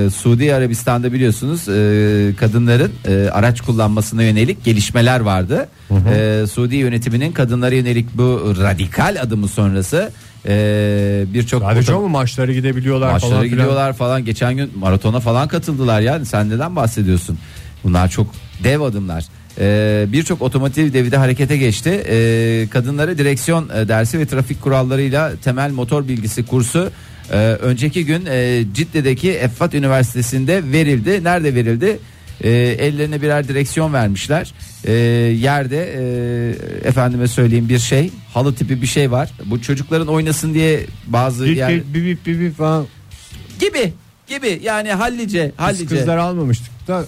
S4: E, Suudi Arabistan'da biliyorsunuz e, kadınların e, araç kullanmasına yönelik gelişmeler vardı. E, Suudi yönetiminin kadınlara yönelik bu radikal adımı sonrası e, birçok
S3: Sadece mu maçlara gidebiliyorlar
S4: maçlara
S3: falan filan.
S4: gidiyorlar falan. Geçen gün maratona falan katıldılar yani sen neden bahsediyorsun? Bunlar çok dev adımlar. Ee, Birçok otomotiv devi de harekete geçti. Ee, kadınlara direksiyon e, dersi ve trafik kurallarıyla temel motor bilgisi kursu e, önceki gün e, Cidde'deki Effat Üniversitesi'nde verildi. Nerede verildi? E, ellerine birer direksiyon vermişler. E, yerde e, efendime söyleyeyim bir şey halı tipi bir şey var. Bu çocukların oynasın diye bazı
S3: Bip,
S4: yer-
S3: bip, bip, bip, bip falan.
S4: gibi gibi yani hallice
S3: Biz
S4: hallice.
S3: kızlar almamıştık da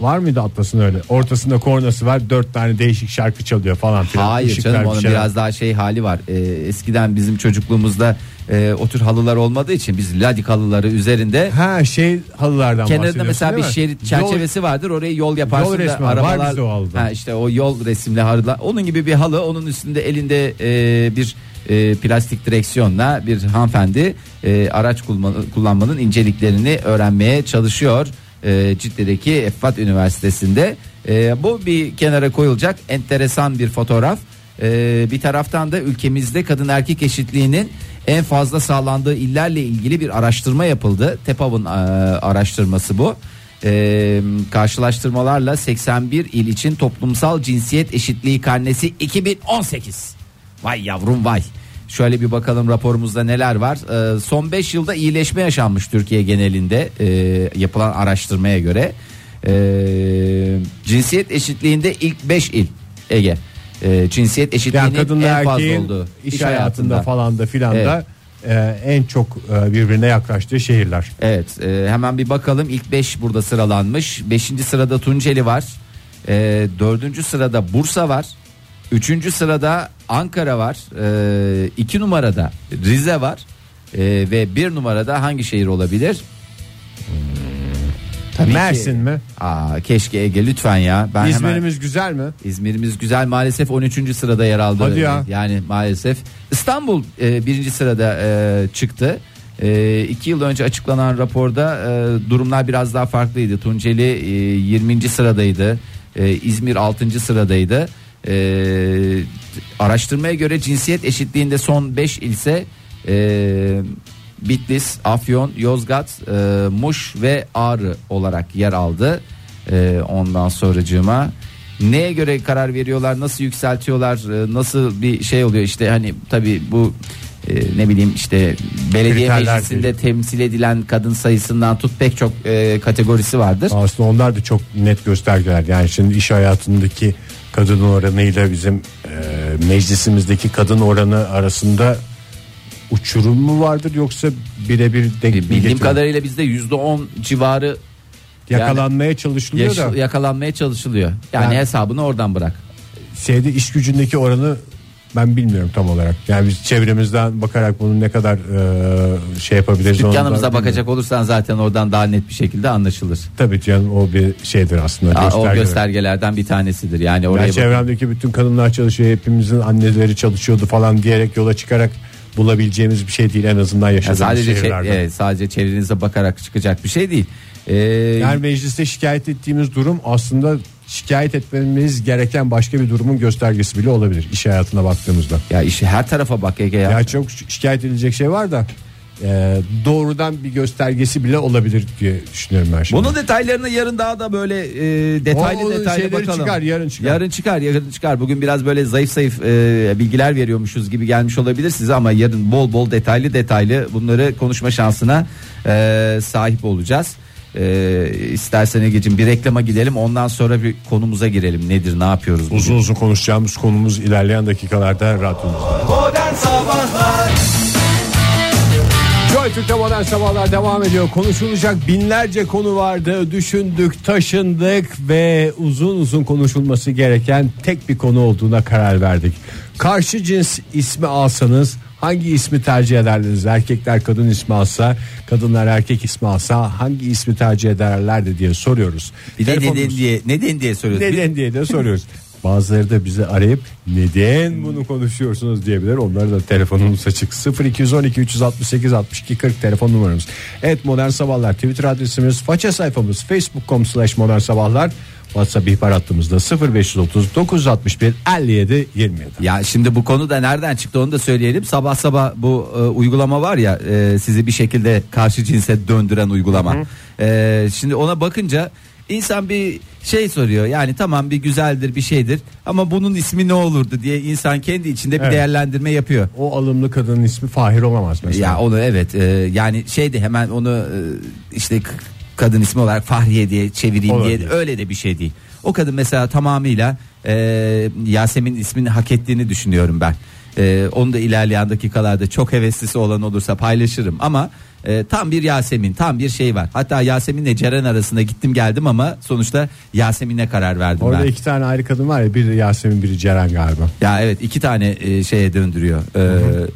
S3: var mıydı Atlas'ın öyle? Ortasında kornası var dört tane değişik şarkı çalıyor falan filan.
S4: Hayır
S3: Işıklar,
S4: canım
S3: bir
S4: onun
S3: şeyler.
S4: biraz daha şey hali var. Ee, eskiden bizim çocukluğumuzda e, o tür halılar olmadığı için biz ladik halıları üzerinde
S3: Ha şey halılardan
S4: kenarında
S3: bahsediyorsun
S4: mesela bir
S3: değil mi?
S4: şerit
S3: şey Yol-
S4: çerçevesi vardır. Oraya yol yaparsın
S3: Yol
S4: da
S3: resmi var. Var
S4: arabalar.
S3: bizde o halıdan.
S4: ha işte o yol resimli halılar. Onun gibi bir halı onun üstünde elinde e, bir e, plastik direksiyonla bir hanımefendi e, araç kullanma- kullanmanın inceliklerini öğrenmeye çalışıyor. E, Cidde'deki Efvat Üniversitesi'nde. E, bu bir kenara koyulacak enteresan bir fotoğraf. Ee, bir taraftan da ülkemizde kadın erkek eşitliğinin en fazla sağlandığı illerle ilgili bir araştırma yapıldı. TEPAV'ın e, araştırması bu. Ee, karşılaştırmalarla 81 il için toplumsal cinsiyet eşitliği karnesi 2018. Vay yavrum vay. Şöyle bir bakalım raporumuzda neler var. Ee, son 5 yılda iyileşme yaşanmış Türkiye genelinde e, yapılan araştırmaya göre. Ee, cinsiyet eşitliğinde ilk 5 il Ege. Ee, cinsiyet
S3: yani
S4: eşitliğinin
S3: kadınla
S4: en fazla
S3: erkeğin
S4: olduğu
S3: iş, hayatında, falan da filan
S4: Evet.
S3: da e, en çok e, birbirine yaklaştığı şehirler.
S4: Evet e, hemen bir bakalım ilk 5 burada sıralanmış. 5. sırada Tunceli var. 4. sırada Bursa var. 3. sırada Ankara var. 2 numarada Rize var. E, ve 1 numarada hangi şehir olabilir? Hmm, tabii ki-
S3: Mersin mi?
S4: Aa, keşke Ege lütfen ya. Ben hemen-
S3: İzmir'imiz güzel mi?
S4: İzmir'imiz güzel maalesef 13. sırada yer aldı.
S3: Hadi ya.
S4: Yani maalesef. İstanbul e, birinci sırada e, çıktı. E, iki yıl önce açıklanan raporda e, durumlar biraz daha farklıydı. Tunceli e, 20. sıradaydı. E, İzmir 6. sıradaydı. E, araştırmaya göre cinsiyet eşitliğinde son 5 ilse e, Bitlis, Afyon, Yozgat, e, Muş ve Ağrı olarak yer aldı. E, ondan sonracığıma neye göre karar veriyorlar nasıl yükseltiyorlar e, nasıl bir şey oluyor işte hani tabi bu e, ne bileyim işte belediye
S3: Kriterler
S4: meclisinde
S3: değil.
S4: temsil edilen kadın sayısından tut pek çok e, kategorisi vardır.
S3: Aslında onlar da çok net göstergeler. Yani şimdi iş hayatındaki kadın oranıyla bizim e, meclisimizdeki kadın oranı arasında uçurum mu vardır yoksa birebir denk mi
S4: Bildiğim
S3: getiriyor?
S4: kadarıyla bizde yüzde on civarı
S3: yakalanmaya çalışılıyor
S4: yaş-
S3: da
S4: yakalanmaya çalışılıyor. Yani,
S3: Yani-
S4: hesabını oradan bırak.
S3: şeyde iş gücündeki oranı ben bilmiyorum tam olarak. Yani biz çevremizden bakarak bunun ne kadar e, şey yapabiliriz onu da
S4: Dükkanımıza
S3: bilmiyorum.
S4: bakacak olursan zaten oradan daha net bir şekilde anlaşılır.
S3: Tabii canım o bir şeydir aslında.
S4: Aa, o
S3: göstergeler.
S4: göstergelerden bir tanesidir. Yani oraya
S3: Ben
S4: bak-
S3: çevremdeki bütün kadınlar çalışıyor hepimizin anneleri çalışıyordu falan diyerek yola çıkarak bulabileceğimiz bir şey değil en azından
S4: Ya
S3: yaşadığımız
S4: sadece çe-
S3: şehirlerde.
S4: evet, sadece çevrenize bakarak çıkacak bir şey değil. Ee,
S3: Yani mecliste şikayet ettiğimiz durum aslında şikayet etmemiz gereken başka bir durumun göstergesi bile olabilir iş hayatına baktığımızda.
S4: Ya işi her tarafa bak Ege ya.
S3: Ya çok şi- şikayet edilecek şey var da e, doğrudan bir göstergesi bile olabilir diye düşünüyorum ben şimdi.
S4: Bunun detaylarını yarın daha da böyle e, detaylı
S3: O- onun
S4: detaylı
S3: şeyleri
S4: bakalım.
S3: çıkar, yarın çıkar.
S4: Yarın çıkar, yarın çıkar. Bugün biraz böyle zayıf zayıf e, bilgiler veriyormuşuz gibi gelmiş olabilir size ama yarın bol bol detaylı detaylı bunları konuşma şansına e, sahip olacağız. E, istersen Ege'cim bir reklama gidelim ondan sonra bir konumuza girelim. Nedir, ne yapıyoruz? bugün?
S3: Uzun uzun konuşacağımız konumuz ilerleyen dakikalarda radyomuzda.
S2: Modern Sabahlar
S3: Joy Türk'te modern sabahlar devam ediyor. Konuşulacak binlerce konu vardı. Düşündük, taşındık ve uzun uzun konuşulması gereken tek bir konu olduğuna karar verdik. Karşı cins ismi alsanız hangi ismi tercih ederdiniz? Erkekler kadın ismi alsa, kadınlar erkek ismi alsa hangi ismi tercih ederlerdi diye soruyoruz.
S4: Bir de neden
S3: Telefonumuz-
S4: diye, neden diye soruyoruz. Hmm. Bir-
S3: neden diye de soruyoruz. Bazıları da bizi arayıp neden bunu konuşuyorsunuz diyebilir. Onlara da telefonumuz açık. 0212 368 62 40 telefon numaramız. Evet Modern Sabahlar Twitter adresimiz, faça sayfamız facebook.com slash modern sabahlar. WhatsApp ihbar hattımızda 0530 961 57 27.
S4: Ya şimdi bu konu da nereden çıktı onu da söyleyelim. Sabah sabah bu e, uygulama var ya e, sizi bir şekilde karşı cinse döndüren uygulama. E, şimdi ona bakınca insan bir şey soruyor. Yani tamam bir güzeldir bir şeydir ama bunun ismi ne olurdu diye insan kendi içinde bir
S3: Evet.
S4: değerlendirme yapıyor.
S3: O alımlı kadının ismi Fahir olamaz mesela.
S4: Ya onu evet e, yani şey de hemen onu e, işte k- kadın ismi olarak Fahriye diye çevireyim diye
S3: Olabilir.
S4: de- öyle de bir şey değil. O kadın mesela tamamıyla e, Yasemin ismini hak ettiğini düşünüyorum ben. E, onu da ilerleyen dakikalarda çok heveslisi olan olursa paylaşırım ama e, tam bir Yasemin tam bir şey var. Hatta Yasemin'le Ceren arasında gittim geldim ama sonuçta Yasemin'e karar verdim
S3: Orada
S4: ben.
S3: iki tane ayrı kadın var ya biri Yasemin biri Ceren galiba.
S4: Ya evet iki tane e, şeye döndürüyor.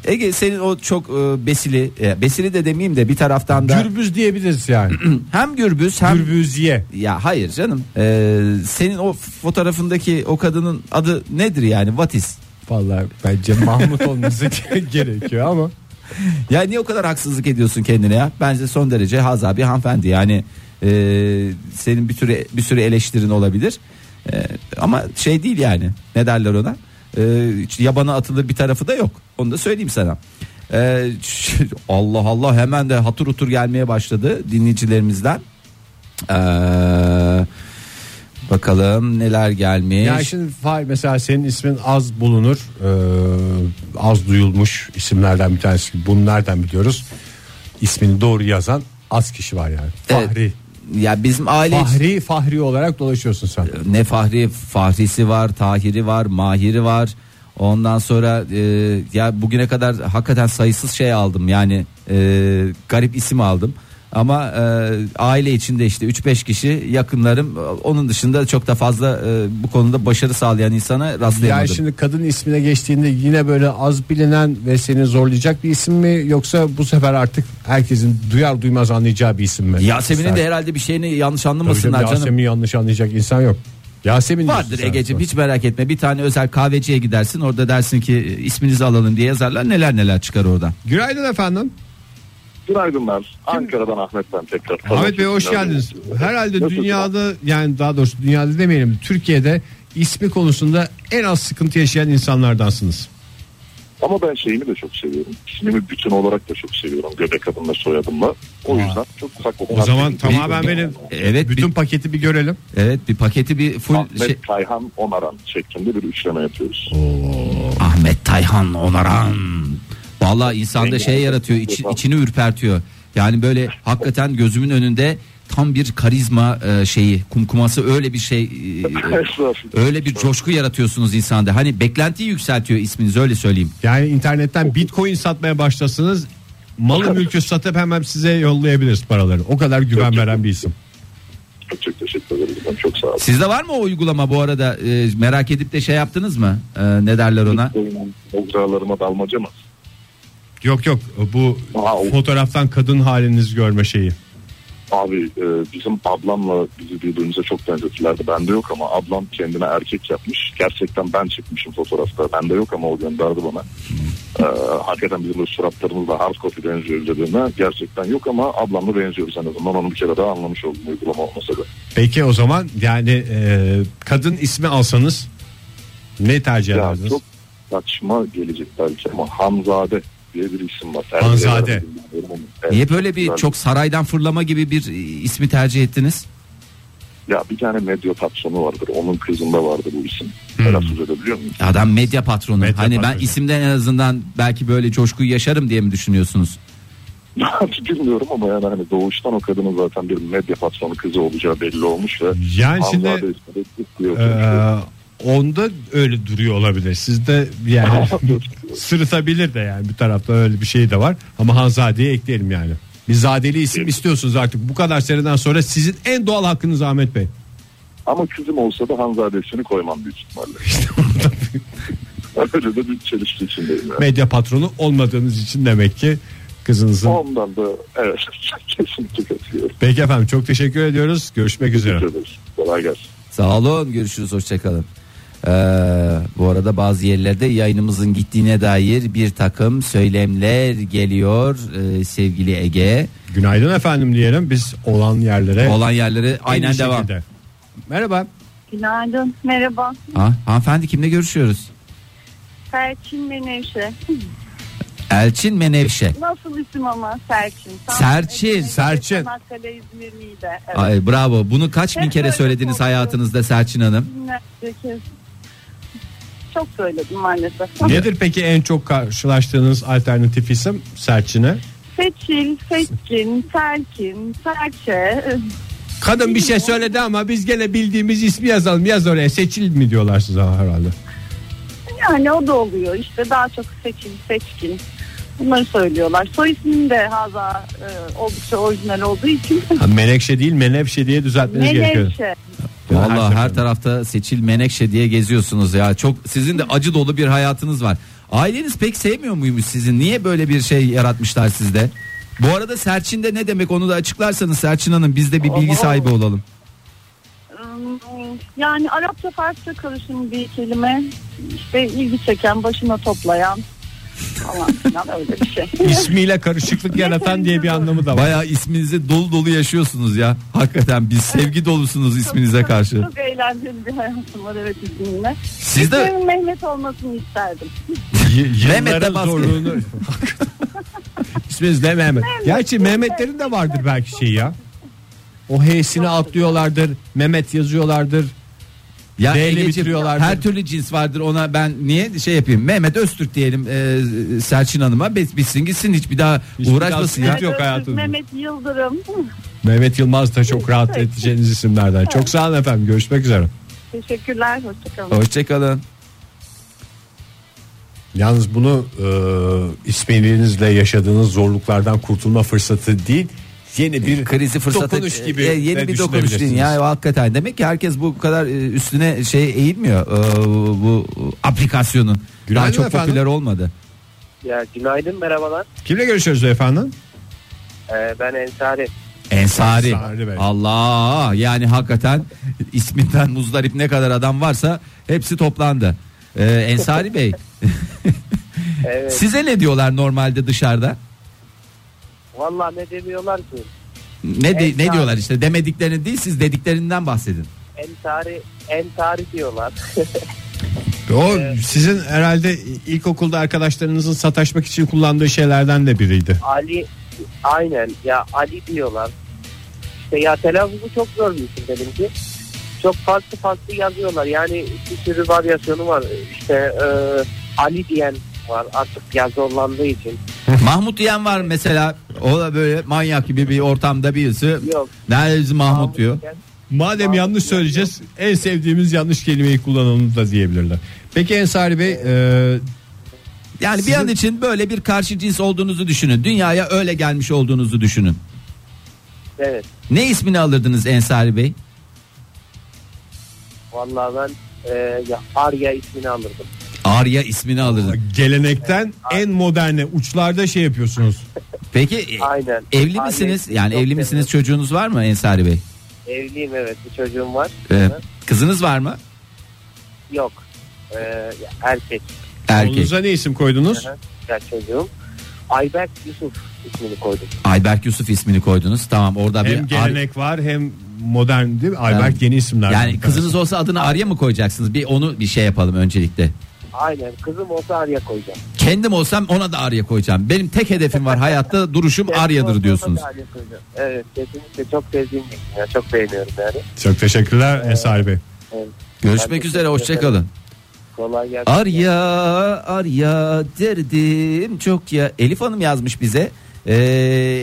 S4: E, Ege senin o çok e, besili, e, besili de demeyeyim de bir taraftan da
S3: Gürbüz diyebiliriz yani.
S4: hem gürbüz hem
S3: Gürbüzye.
S4: ya hayır canım. E, senin o fotoğrafındaki o kadının adı nedir yani? What is?
S3: Vallahi bence Mahmut olması ge- gerekiyor ama
S4: Ya niye o kadar haksızlık ediyorsun kendine ya? Bence son derece haza bir hanımefendi. Yani e, senin bir sürü bir sürü eleştirin olabilir. E, ama şey değil yani. Ne derler ona? E, hiç yabana atılır bir tarafı da yok. Onu da söyleyeyim sana. E, Allah Allah hemen de hatır hutur gelmeye başladı dinleyicilerimizden. E, bakalım neler gelmiş.
S3: yani şimdi Fahir mesela senin ismin az bulunur ee, az duyulmuş isimlerden bir tanesi bunu nereden biliyoruz ismini doğru yazan az kişi var yani
S4: Evet.
S3: Fahri
S4: Ya bizim aile içi-
S3: Fahri Fahri olarak dolaşıyorsun sen
S4: ne Fahri Fahrisi var Tahiri var Mahiri var ondan sonra e, ya bugüne kadar hakikaten sayısız şey aldım yani e, garip isim aldım ama e, aile içinde işte 3-5 kişi yakınlarım onun dışında çok da fazla e, bu konuda başarı sağlayan insana rastlayamadım.
S3: yani şimdi kadın ismine geçtiğinde yine böyle az bilinen ve seni zorlayacak bir isim mi yoksa bu sefer artık herkesin duyar duymaz anlayacağı bir isim mi?
S4: Yasemin'in de
S3: İster.
S4: herhalde bir şeyini yanlış
S3: Tabii canım,
S4: anlamasınlar canım.
S3: Yasemin yanlış anlayacak insan yok. Yasemin
S4: Vardır
S3: diyorsun sen.
S4: Ege'ciğim hiç merak etme bir tane özel kahveciye gidersin orada dersin ki e, isminizi alalım diye yazarlar neler neler çıkar oradan.
S3: Günaydın efendim.
S5: Günaydınlar. Ankara'dan Ahmet ben tekrar.
S3: Ahmet Bey hoş
S5: Nasılsınız?
S3: geldiniz. Herhalde
S5: Nasılsınız?
S3: dünyada yani daha doğrusu dünyada demeyelim Türkiye'de ismi konusunda en az sıkıntı yaşayan insanlardansınız.
S5: Ama ben şeyimi de çok seviyorum. İsmimi bütün olarak da çok seviyorum. Göbek adımla soyadımla. O yüzden çok ufak
S3: O zaman tamamen
S4: bir-
S3: benim
S4: Evet
S3: bütün paketi bir görelim.
S4: Evet bir paketi bir full
S5: Ahmet
S4: şey-
S5: Kayhan Onaran şeklinde bir üçleme yapıyoruz.
S4: Ahmet Tayhan Onaran. Valla insanda
S5: Rengi-
S4: şey yaratıyor içi- içini ürpertiyor. Yani böyle hakikaten gözümün önünde tam bir karizma e, şeyi kumkuması öyle bir şey e,
S5: Estağfurullah.
S4: öyle bir coşku yaratıyorsunuz insanda. Hani beklentiyi yükseltiyor isminiz öyle söyleyeyim.
S3: Yani internetten bitcoin satmaya başlasınız. Malı mülkü satıp hemen size yollayabiliriz paraları. O kadar güven veren bir isim.
S5: Çok, çok teşekkür ederim. Çok sağ olun.
S4: Sizde var mı o uygulama bu arada E, merak edip de şey yaptınız mı? E, ne derler ona?
S5: Benim Mızralarıma dalmaca mı?
S3: Yok yok bu
S5: Wow.
S3: fotoğraftan kadın halinizi görme şeyi.
S5: Abi e, bizim ablamla bizi birbirimize çok benzetirlerdi. Bende yok ama ablam kendine erkek yapmış. Gerçekten ben çıkmışım fotoğrafta. Bende yok ama o gönderdi bana. E, hakikaten bizim böyle suratlarımızla hard copy benziyoruz dediğime gerçekten yok ama ablamla benziyoruz en azından. Onu bir kere daha anlamış oldum uygulama olmasa da.
S3: Peki o zaman yani e, kadın ismi alsanız ne tercih
S5: Ya
S3: ederdiniz?
S5: çok saçma gelecek belki ama Hamzade diye bir isim var.
S3: Hanzade.
S5: Evet,
S4: Niye böyle bir
S5: güzel.
S4: çok saraydan fırlama gibi bir e, ismi tercih ettiniz?
S5: Ya bir tane medya patronu vardır. Onun kızında vardı bu isim.
S4: Hmm.
S5: Telaffuz edebiliyor muyum?
S4: Adam medya patronu.
S3: Medya
S4: hani ben
S3: patronu.
S4: isimden en azından belki böyle coşkuyu yaşarım diye mi düşünüyorsunuz?
S5: Bilmiyorum ama yani hani doğuştan o kadının zaten bir medya patronu kızı olacağı belli olmuş ve
S3: Yani şimdi-
S5: Hamzade ismi de istiyor.
S3: Ee, onda öyle duruyor olabilir. Sizde yani sırıtabilir de yani bir tarafta öyle bir şey de var. Ama Hanzade'yi ekleyelim yani. Bir zadeli isim istiyorsunuz artık. Bu kadar seneden sonra sizin en doğal hakkınız Ahmet Bey.
S5: Ama kızım olsa da Hanzade ismini koymam büyük ihtimalle. Öyle de bir çelişki içindeyim yani.
S3: Medya patronu olmadığınız için demek ki kızınızın.
S5: Ondan da evet kesinlikle katılıyorum.
S3: Peki efendim çok teşekkür ediyoruz. Görüşmek üzere.
S5: Teşekkür ederiz. Kolay gelsin.
S4: Sağ olun. Görüşürüz. Hoşçakalın. Ee, bu arada bazı yerlerde yayınımızın gittiğine dair bir takım söylemler geliyor ee, sevgili Ege.
S3: Günaydın efendim diyelim biz olan yerlere.
S4: Olan yerlere
S3: en iyi
S4: aynen devam.
S3: şekilde. Merhaba.
S6: Günaydın, merhaba.
S4: Ha, hanımefendi kimle görüşüyoruz?
S6: Serçin Menevşe.
S4: Elçin Menevşe.
S6: Nasıl isim ama Serçin? Tam
S4: Serçin,
S6: Edirne'de,
S3: Serçin.
S6: Çanakkale, İzmir, Niğde. Evet.
S4: Ay, bravo bunu kaç bin kere söylediniz hayatınızda Selçin Hanım?
S6: Binlerce kez. Çok söyledim maalesef.
S3: Nedir peki en çok karşılaştığınız alternatif isim Serçin'e?
S6: Seçil, Seçkin, Serkin, Serçe.
S3: Kadın bir şey söyledi ama biz gene bildiğimiz ismi yazalım yaz oraya seçil mi diyorlar size herhalde.
S6: Yani o da oluyor. İşte daha çok Seçil, Seçkin. Bunları söylüyorlar. Soy ismim de Haza e, oldukça orijinal olduğu için.
S3: Ha, Menekşe değil menevşe diye düzeltmeniz gerekiyor.
S6: Menevşe.
S3: Ya
S4: Vallahi
S3: her
S4: her,
S3: seferinde.
S4: tarafta Seçil Menekşe diye geziyorsunuz ya. Çok sizin de acı dolu bir hayatınız var. Aileniz pek sevmiyor muymuş sizin? Niye böyle bir şey yaratmışlar sizde? Bu arada Serçin de ne demek onu da açıklarsanız Serçin Hanım biz de bir bilgi sahibi olalım.
S6: Im, Ee, Yani Arapça Farsça karışımı bir kelime. İşte ilgi çeken, başına toplayan falan filan öyle bir şey.
S3: İsmiyle karışıklık yaratan diye bir anlamı da var.
S4: Bayağı isminizi dolu dolu yaşıyorsunuz ya. Hakikaten biz sevgi dolusunuz isminize
S6: Çok-
S4: karşı.
S6: Çok eğlenceli bir hayatım var evet izinle.
S4: Siz de-
S6: İsmimin Mehmet olmasını isterdim.
S4: Mehmet'e baskı.
S3: İsminiz de Mehmet. Gerçi Mehmetlerin de vardır belki şey ya. O H'sini atlıyorlardır. Mehmet yazıyorlardır.
S4: Ya
S3: D ile
S4: Egeciğim,
S3: bitiriyorlardı.
S4: her türlü cins vardır ona ben niye şey yapayım Mehmet Öztürk diyelim e, Selçin Hanım'a Bit- bitsin gitsin hiç bir daha
S3: Hiç bir daha
S4: uğraşmasın ya.
S3: sıkıntı yok
S6: Öztürk,
S3: hayatımda.
S6: Mehmet Yıldırım.
S3: Mehmet Yılmaz da çok rahat edeceğiniz isimlerden. Çok sağ olun efendim. Görüşmek üzere.
S6: Teşekkürler. Hoşçakalın.
S4: Hoşçakalın.
S3: Yalnız bunu e, isminizle yaşadığınız zorluklardan kurtulma fırsatı değil, yeni bir
S4: E, krizi fırsatı
S3: dokunuş gibi
S4: e,
S3: de
S4: yeni bir dokunuş değil ya hakikaten demek ki herkes bu kadar e, üstüne şey eğilmiyor e, bu aplikasyonun
S3: Günaydın
S4: daha çok
S3: efendim.
S4: popüler olmadı
S7: Ya günaydın merhabalar.
S3: Kimle görüşüyoruz efendim?
S7: Ee, ben Ensari.
S4: Ensari
S3: Ensari Bey.
S4: Allah yani hakikaten isminden muzdarip ne kadar adam varsa hepsi toplandı E, Ensari Bey
S7: Evet.
S4: size ne diyorlar normalde dışarıda
S7: Vallahi ne demiyorlar ki.
S4: ne de- ne
S7: Ensari.
S4: diyorlar işte demediklerini değil siz dediklerinden bahsedin
S7: Ensari, Ensari diyorlar.
S3: O
S4: E,
S3: sizin herhalde ilkokulda arkadaşlarınızın sataşmak için kullandığı şeylerden de biriydi.
S7: Ali aynen ya Ali diyorlar. İşte ya telaffuzu çok zor bir isim dedim ki. Çok farklı farklı yazıyorlar. Yani bir sürü varyasyonu var. İşte e, Ali diyen var artık ya zorlandığı için.
S4: Mahmut diyen var mesela. O da böyle manyak gibi bir ortamda birisi.
S7: Yok.
S4: Nerede bizim Mahmut diyor.
S7: diyen-
S3: Madem yanlış söyleyeceğiz, en sevdiğimiz yanlış kelimeyi kullanalım da diyebilirler. Peki Ensari Bey, e,
S4: Yani bir an için böyle bir karşı cins olduğunuzu düşünün. Dünyaya öyle gelmiş olduğunuzu düşünün.
S7: Evet.
S4: Ne ismini alırdınız Ensari Bey?
S7: Vallahi ben e, ya Arya ismini alırdım.
S4: Arya ismini alırdım.
S3: gelenekten en moderne uçlarda şey yapıyorsunuz.
S4: Peki e,
S7: Aynen.
S4: evli
S7: Arya
S4: misiniz?
S7: ismini
S4: Yani
S7: çok
S4: evli misiniz?
S7: seviyorum.
S4: Çocuğunuz var mı Ensari Bey? E,
S7: Evliyim evet bir çocuğum var.
S4: Ee, kızınız var mı?
S7: Yok. Ee, erkek.
S4: Erkek.
S3: Oğlunuza ne isim koydunuz?
S7: Hı hı. Ya çocuğum. Ayberk Yusuf ismini koydum.
S4: Ayberk Yusuf ismini koydunuz. Tamam orada bir
S3: Hem
S4: Ar-
S3: gelenek var hem modern değil mi? Albert
S4: Yani-
S3: yeni isimler.
S4: yani kızınız olsa adını Arya mı koyacaksınız? Bir onu bir şey yapalım öncelikle.
S7: Aynen. Kızım olsa Arya koyacağım.
S4: Kendim olsam ona da Arya koyacağım. Benim tek hedefim var hayatta duruşum
S7: Kendim olsa
S4: Arya'dır diyorsunuz.
S7: da Arya koyacağım. Evet kesinlikle çok sevdiğim bir isim. ya. Çok beğeniyorum yani.
S3: Çok teşekkürler Ensari Bey.
S7: Evet.
S4: Görüşmek üzere hoşçakalın.
S7: Kolay gelsin.
S4: Arya Arya derdim çok ya. Elif Hanım yazmış bize. Ee,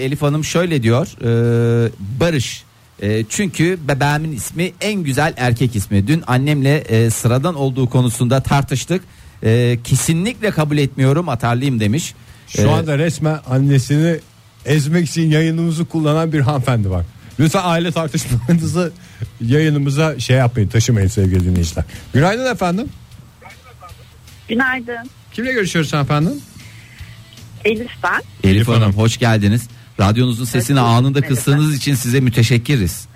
S4: Elif Hanım şöyle diyor. ee, Barış. Ee, çünkü bebeğimin ismi en güzel erkek ismi. Dün annemle e, sıradan olduğu konusunda tartıştık. Ee, kesinlikle kabul etmiyorum atarlıyım demiş.
S3: Şu
S4: Ee,
S3: anda resmen annesini ezmek için yayınımızı kullanan bir hanımefendi var. Lütfen aile tartışmalarınızı yayınımıza şey yapmayın taşımayın sevgili dinleyiciler. Günaydın efendim.
S6: Günaydın.
S3: Kimle görüşüyoruz efendim?
S6: Elif ben.
S4: Elif,
S3: Elif
S4: Hanım,
S3: Hanım.
S4: hoş geldiniz. Radyonuzun sesini
S6: bulduk,
S4: anında
S6: merhaba.
S4: kıstığınız için size müteşekkiriz.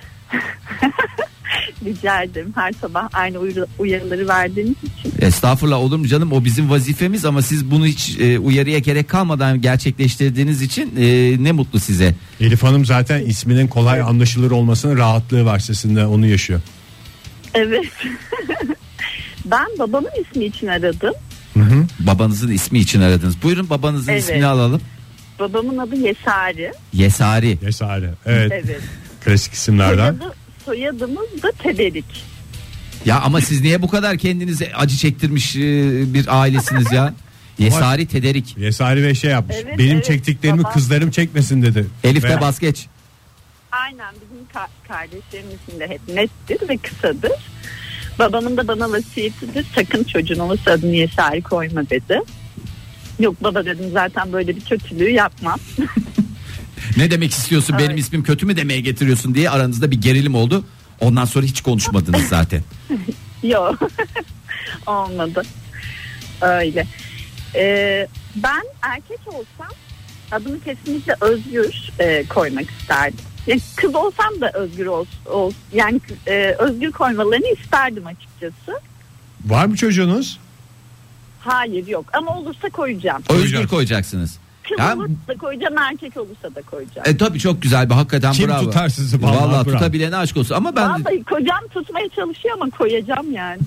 S6: Rica ederim her sabah aynı uyarı- uyarıları verdiğiniz için.
S4: Estağfurullah olur mu canım o bizim vazifemiz ama siz bunu hiç e, uyarıya gerek kalmadan gerçekleştirdiğiniz için e, ne mutlu size.
S3: Elif Hanım zaten isminin kolay anlaşılır olmasının rahatlığı var sesinde onu yaşıyor.
S6: Evet. ben babamın ismi için aradım.
S4: Babanızın ismi için aradınız. Buyurun babanızın
S6: Evet.
S4: ismini alalım.
S6: Babamın adı Yesari.
S4: Yesari.
S3: Yesare. Evet.
S6: Evet.
S3: Klasik isimlerden.
S6: Soyadı, soyadımız da Teberik.
S4: Ya ama siz niye bu kadar kendinize acı çektirmiş e, bir ailesiniz ya? Yesari Tederik.
S3: Yesare Bey şey yapmış.
S6: Evet,
S3: benim
S6: evet,
S3: çektiklerimi
S6: baba.
S3: kızlarım çekmesin dedi.
S4: Elif
S3: Ve
S4: de bas geç.
S6: Aynen bizim ka- kardeşlerimizin de hep nettir ve kısadır. Babamın da bana vasiyetidir sakın çocuğun olursa adını Yesari koyma dedi. Yok baba dedim zaten böyle bir kötülüğü yapmam.
S4: Ne demek istiyorsun benim
S6: Evet.
S4: ismim kötü mü demeye getiriyorsun diye aranızda bir gerilim oldu. Ondan sonra hiç konuşmadınız zaten.
S6: Yok olmadı. Öyle. Ee, ben erkek olsam adını kesinlikle Özgür e, koymak isterdim. Yani kız olsam da Özgür olsun. yani e, Özgür koymalarını isterdim açıkçası.
S3: Var mı çocuğunuz?
S6: Hayır yok ama olursa koyacağım.
S4: Özgür koyacaksınız.
S6: Kız
S4: Ya-
S6: olursa da koyacağım erkek olursa da koyacağım.
S4: E tabii çok güzel bir hakikaten
S3: Kim
S4: bravo.
S3: tutar sizi?
S4: Vallahi,
S3: Vallahi bravo.
S4: tutabilene aşk olsun ama ben
S6: Vallahi kocam tutmaya çalışıyor ama koyacağım yani.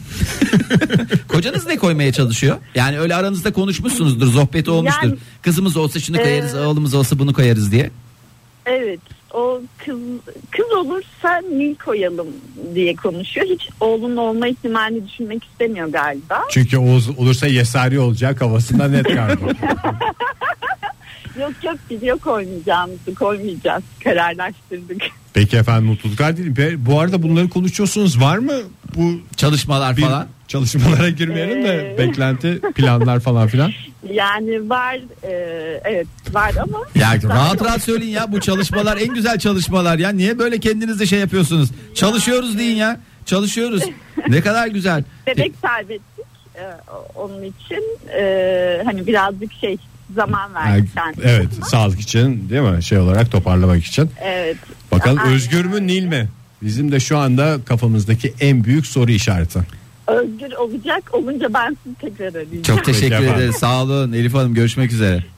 S4: kocanız ne koymaya çalışıyor? Yani öyle aranızda konuşmuşsunuzdur, sohbet olmuştur.
S6: Yani-
S4: Kızımız olsa şunu
S6: Ee,
S4: koyarız, oğlumuz olsa bunu koyarız diye.
S6: Evet o kız kız olursa Nil koyalım diye konuşuyor. Hiç oğlunun olma ihtimalini düşünmek istemiyor galiba.
S3: Çünkü Oğuz olursa Yesari olacak havasında net kaldı.
S6: Yok yok biliyor koymayacağımızı koymayacağız kararlaştırdık.
S3: Peki efendim mutluluklar dilerim. Pe- Bu arada bunları konuşuyorsunuz. Var mı bu
S4: Çalışmalar
S3: bir
S4: falan.
S3: çalışmalara girmeyelim de
S6: Ee.
S3: beklenti planlar falan filan.
S6: Yani var e, evet var ama
S4: Ya rahat rahat söyleyin ya bu çalışmalar en güzel çalışmalar ya. Niye böyle kendinizde şey yapıyorsunuz? Çalışıyoruz deyin ya. Çalışıyoruz. Ne kadar güzel.
S6: bebek sahibi ettik. E, o- onun için e, hani birazcık şey zaman verdik.
S3: Yani,
S6: kendisine.
S3: evet sağlık için değil mi şey olarak toparlamak için.
S6: Evet.
S3: Bakalım
S6: Aynen.
S3: özgür mü Nil mi? Bizim de şu anda kafamızdaki en büyük soru işareti.
S6: Özgür olacak olunca ben sizi tekrar arayacağım.
S4: Çok teşekkür
S3: Peki efendim.
S4: ederiz. Sağ olun Elif Hanım görüşmek üzere.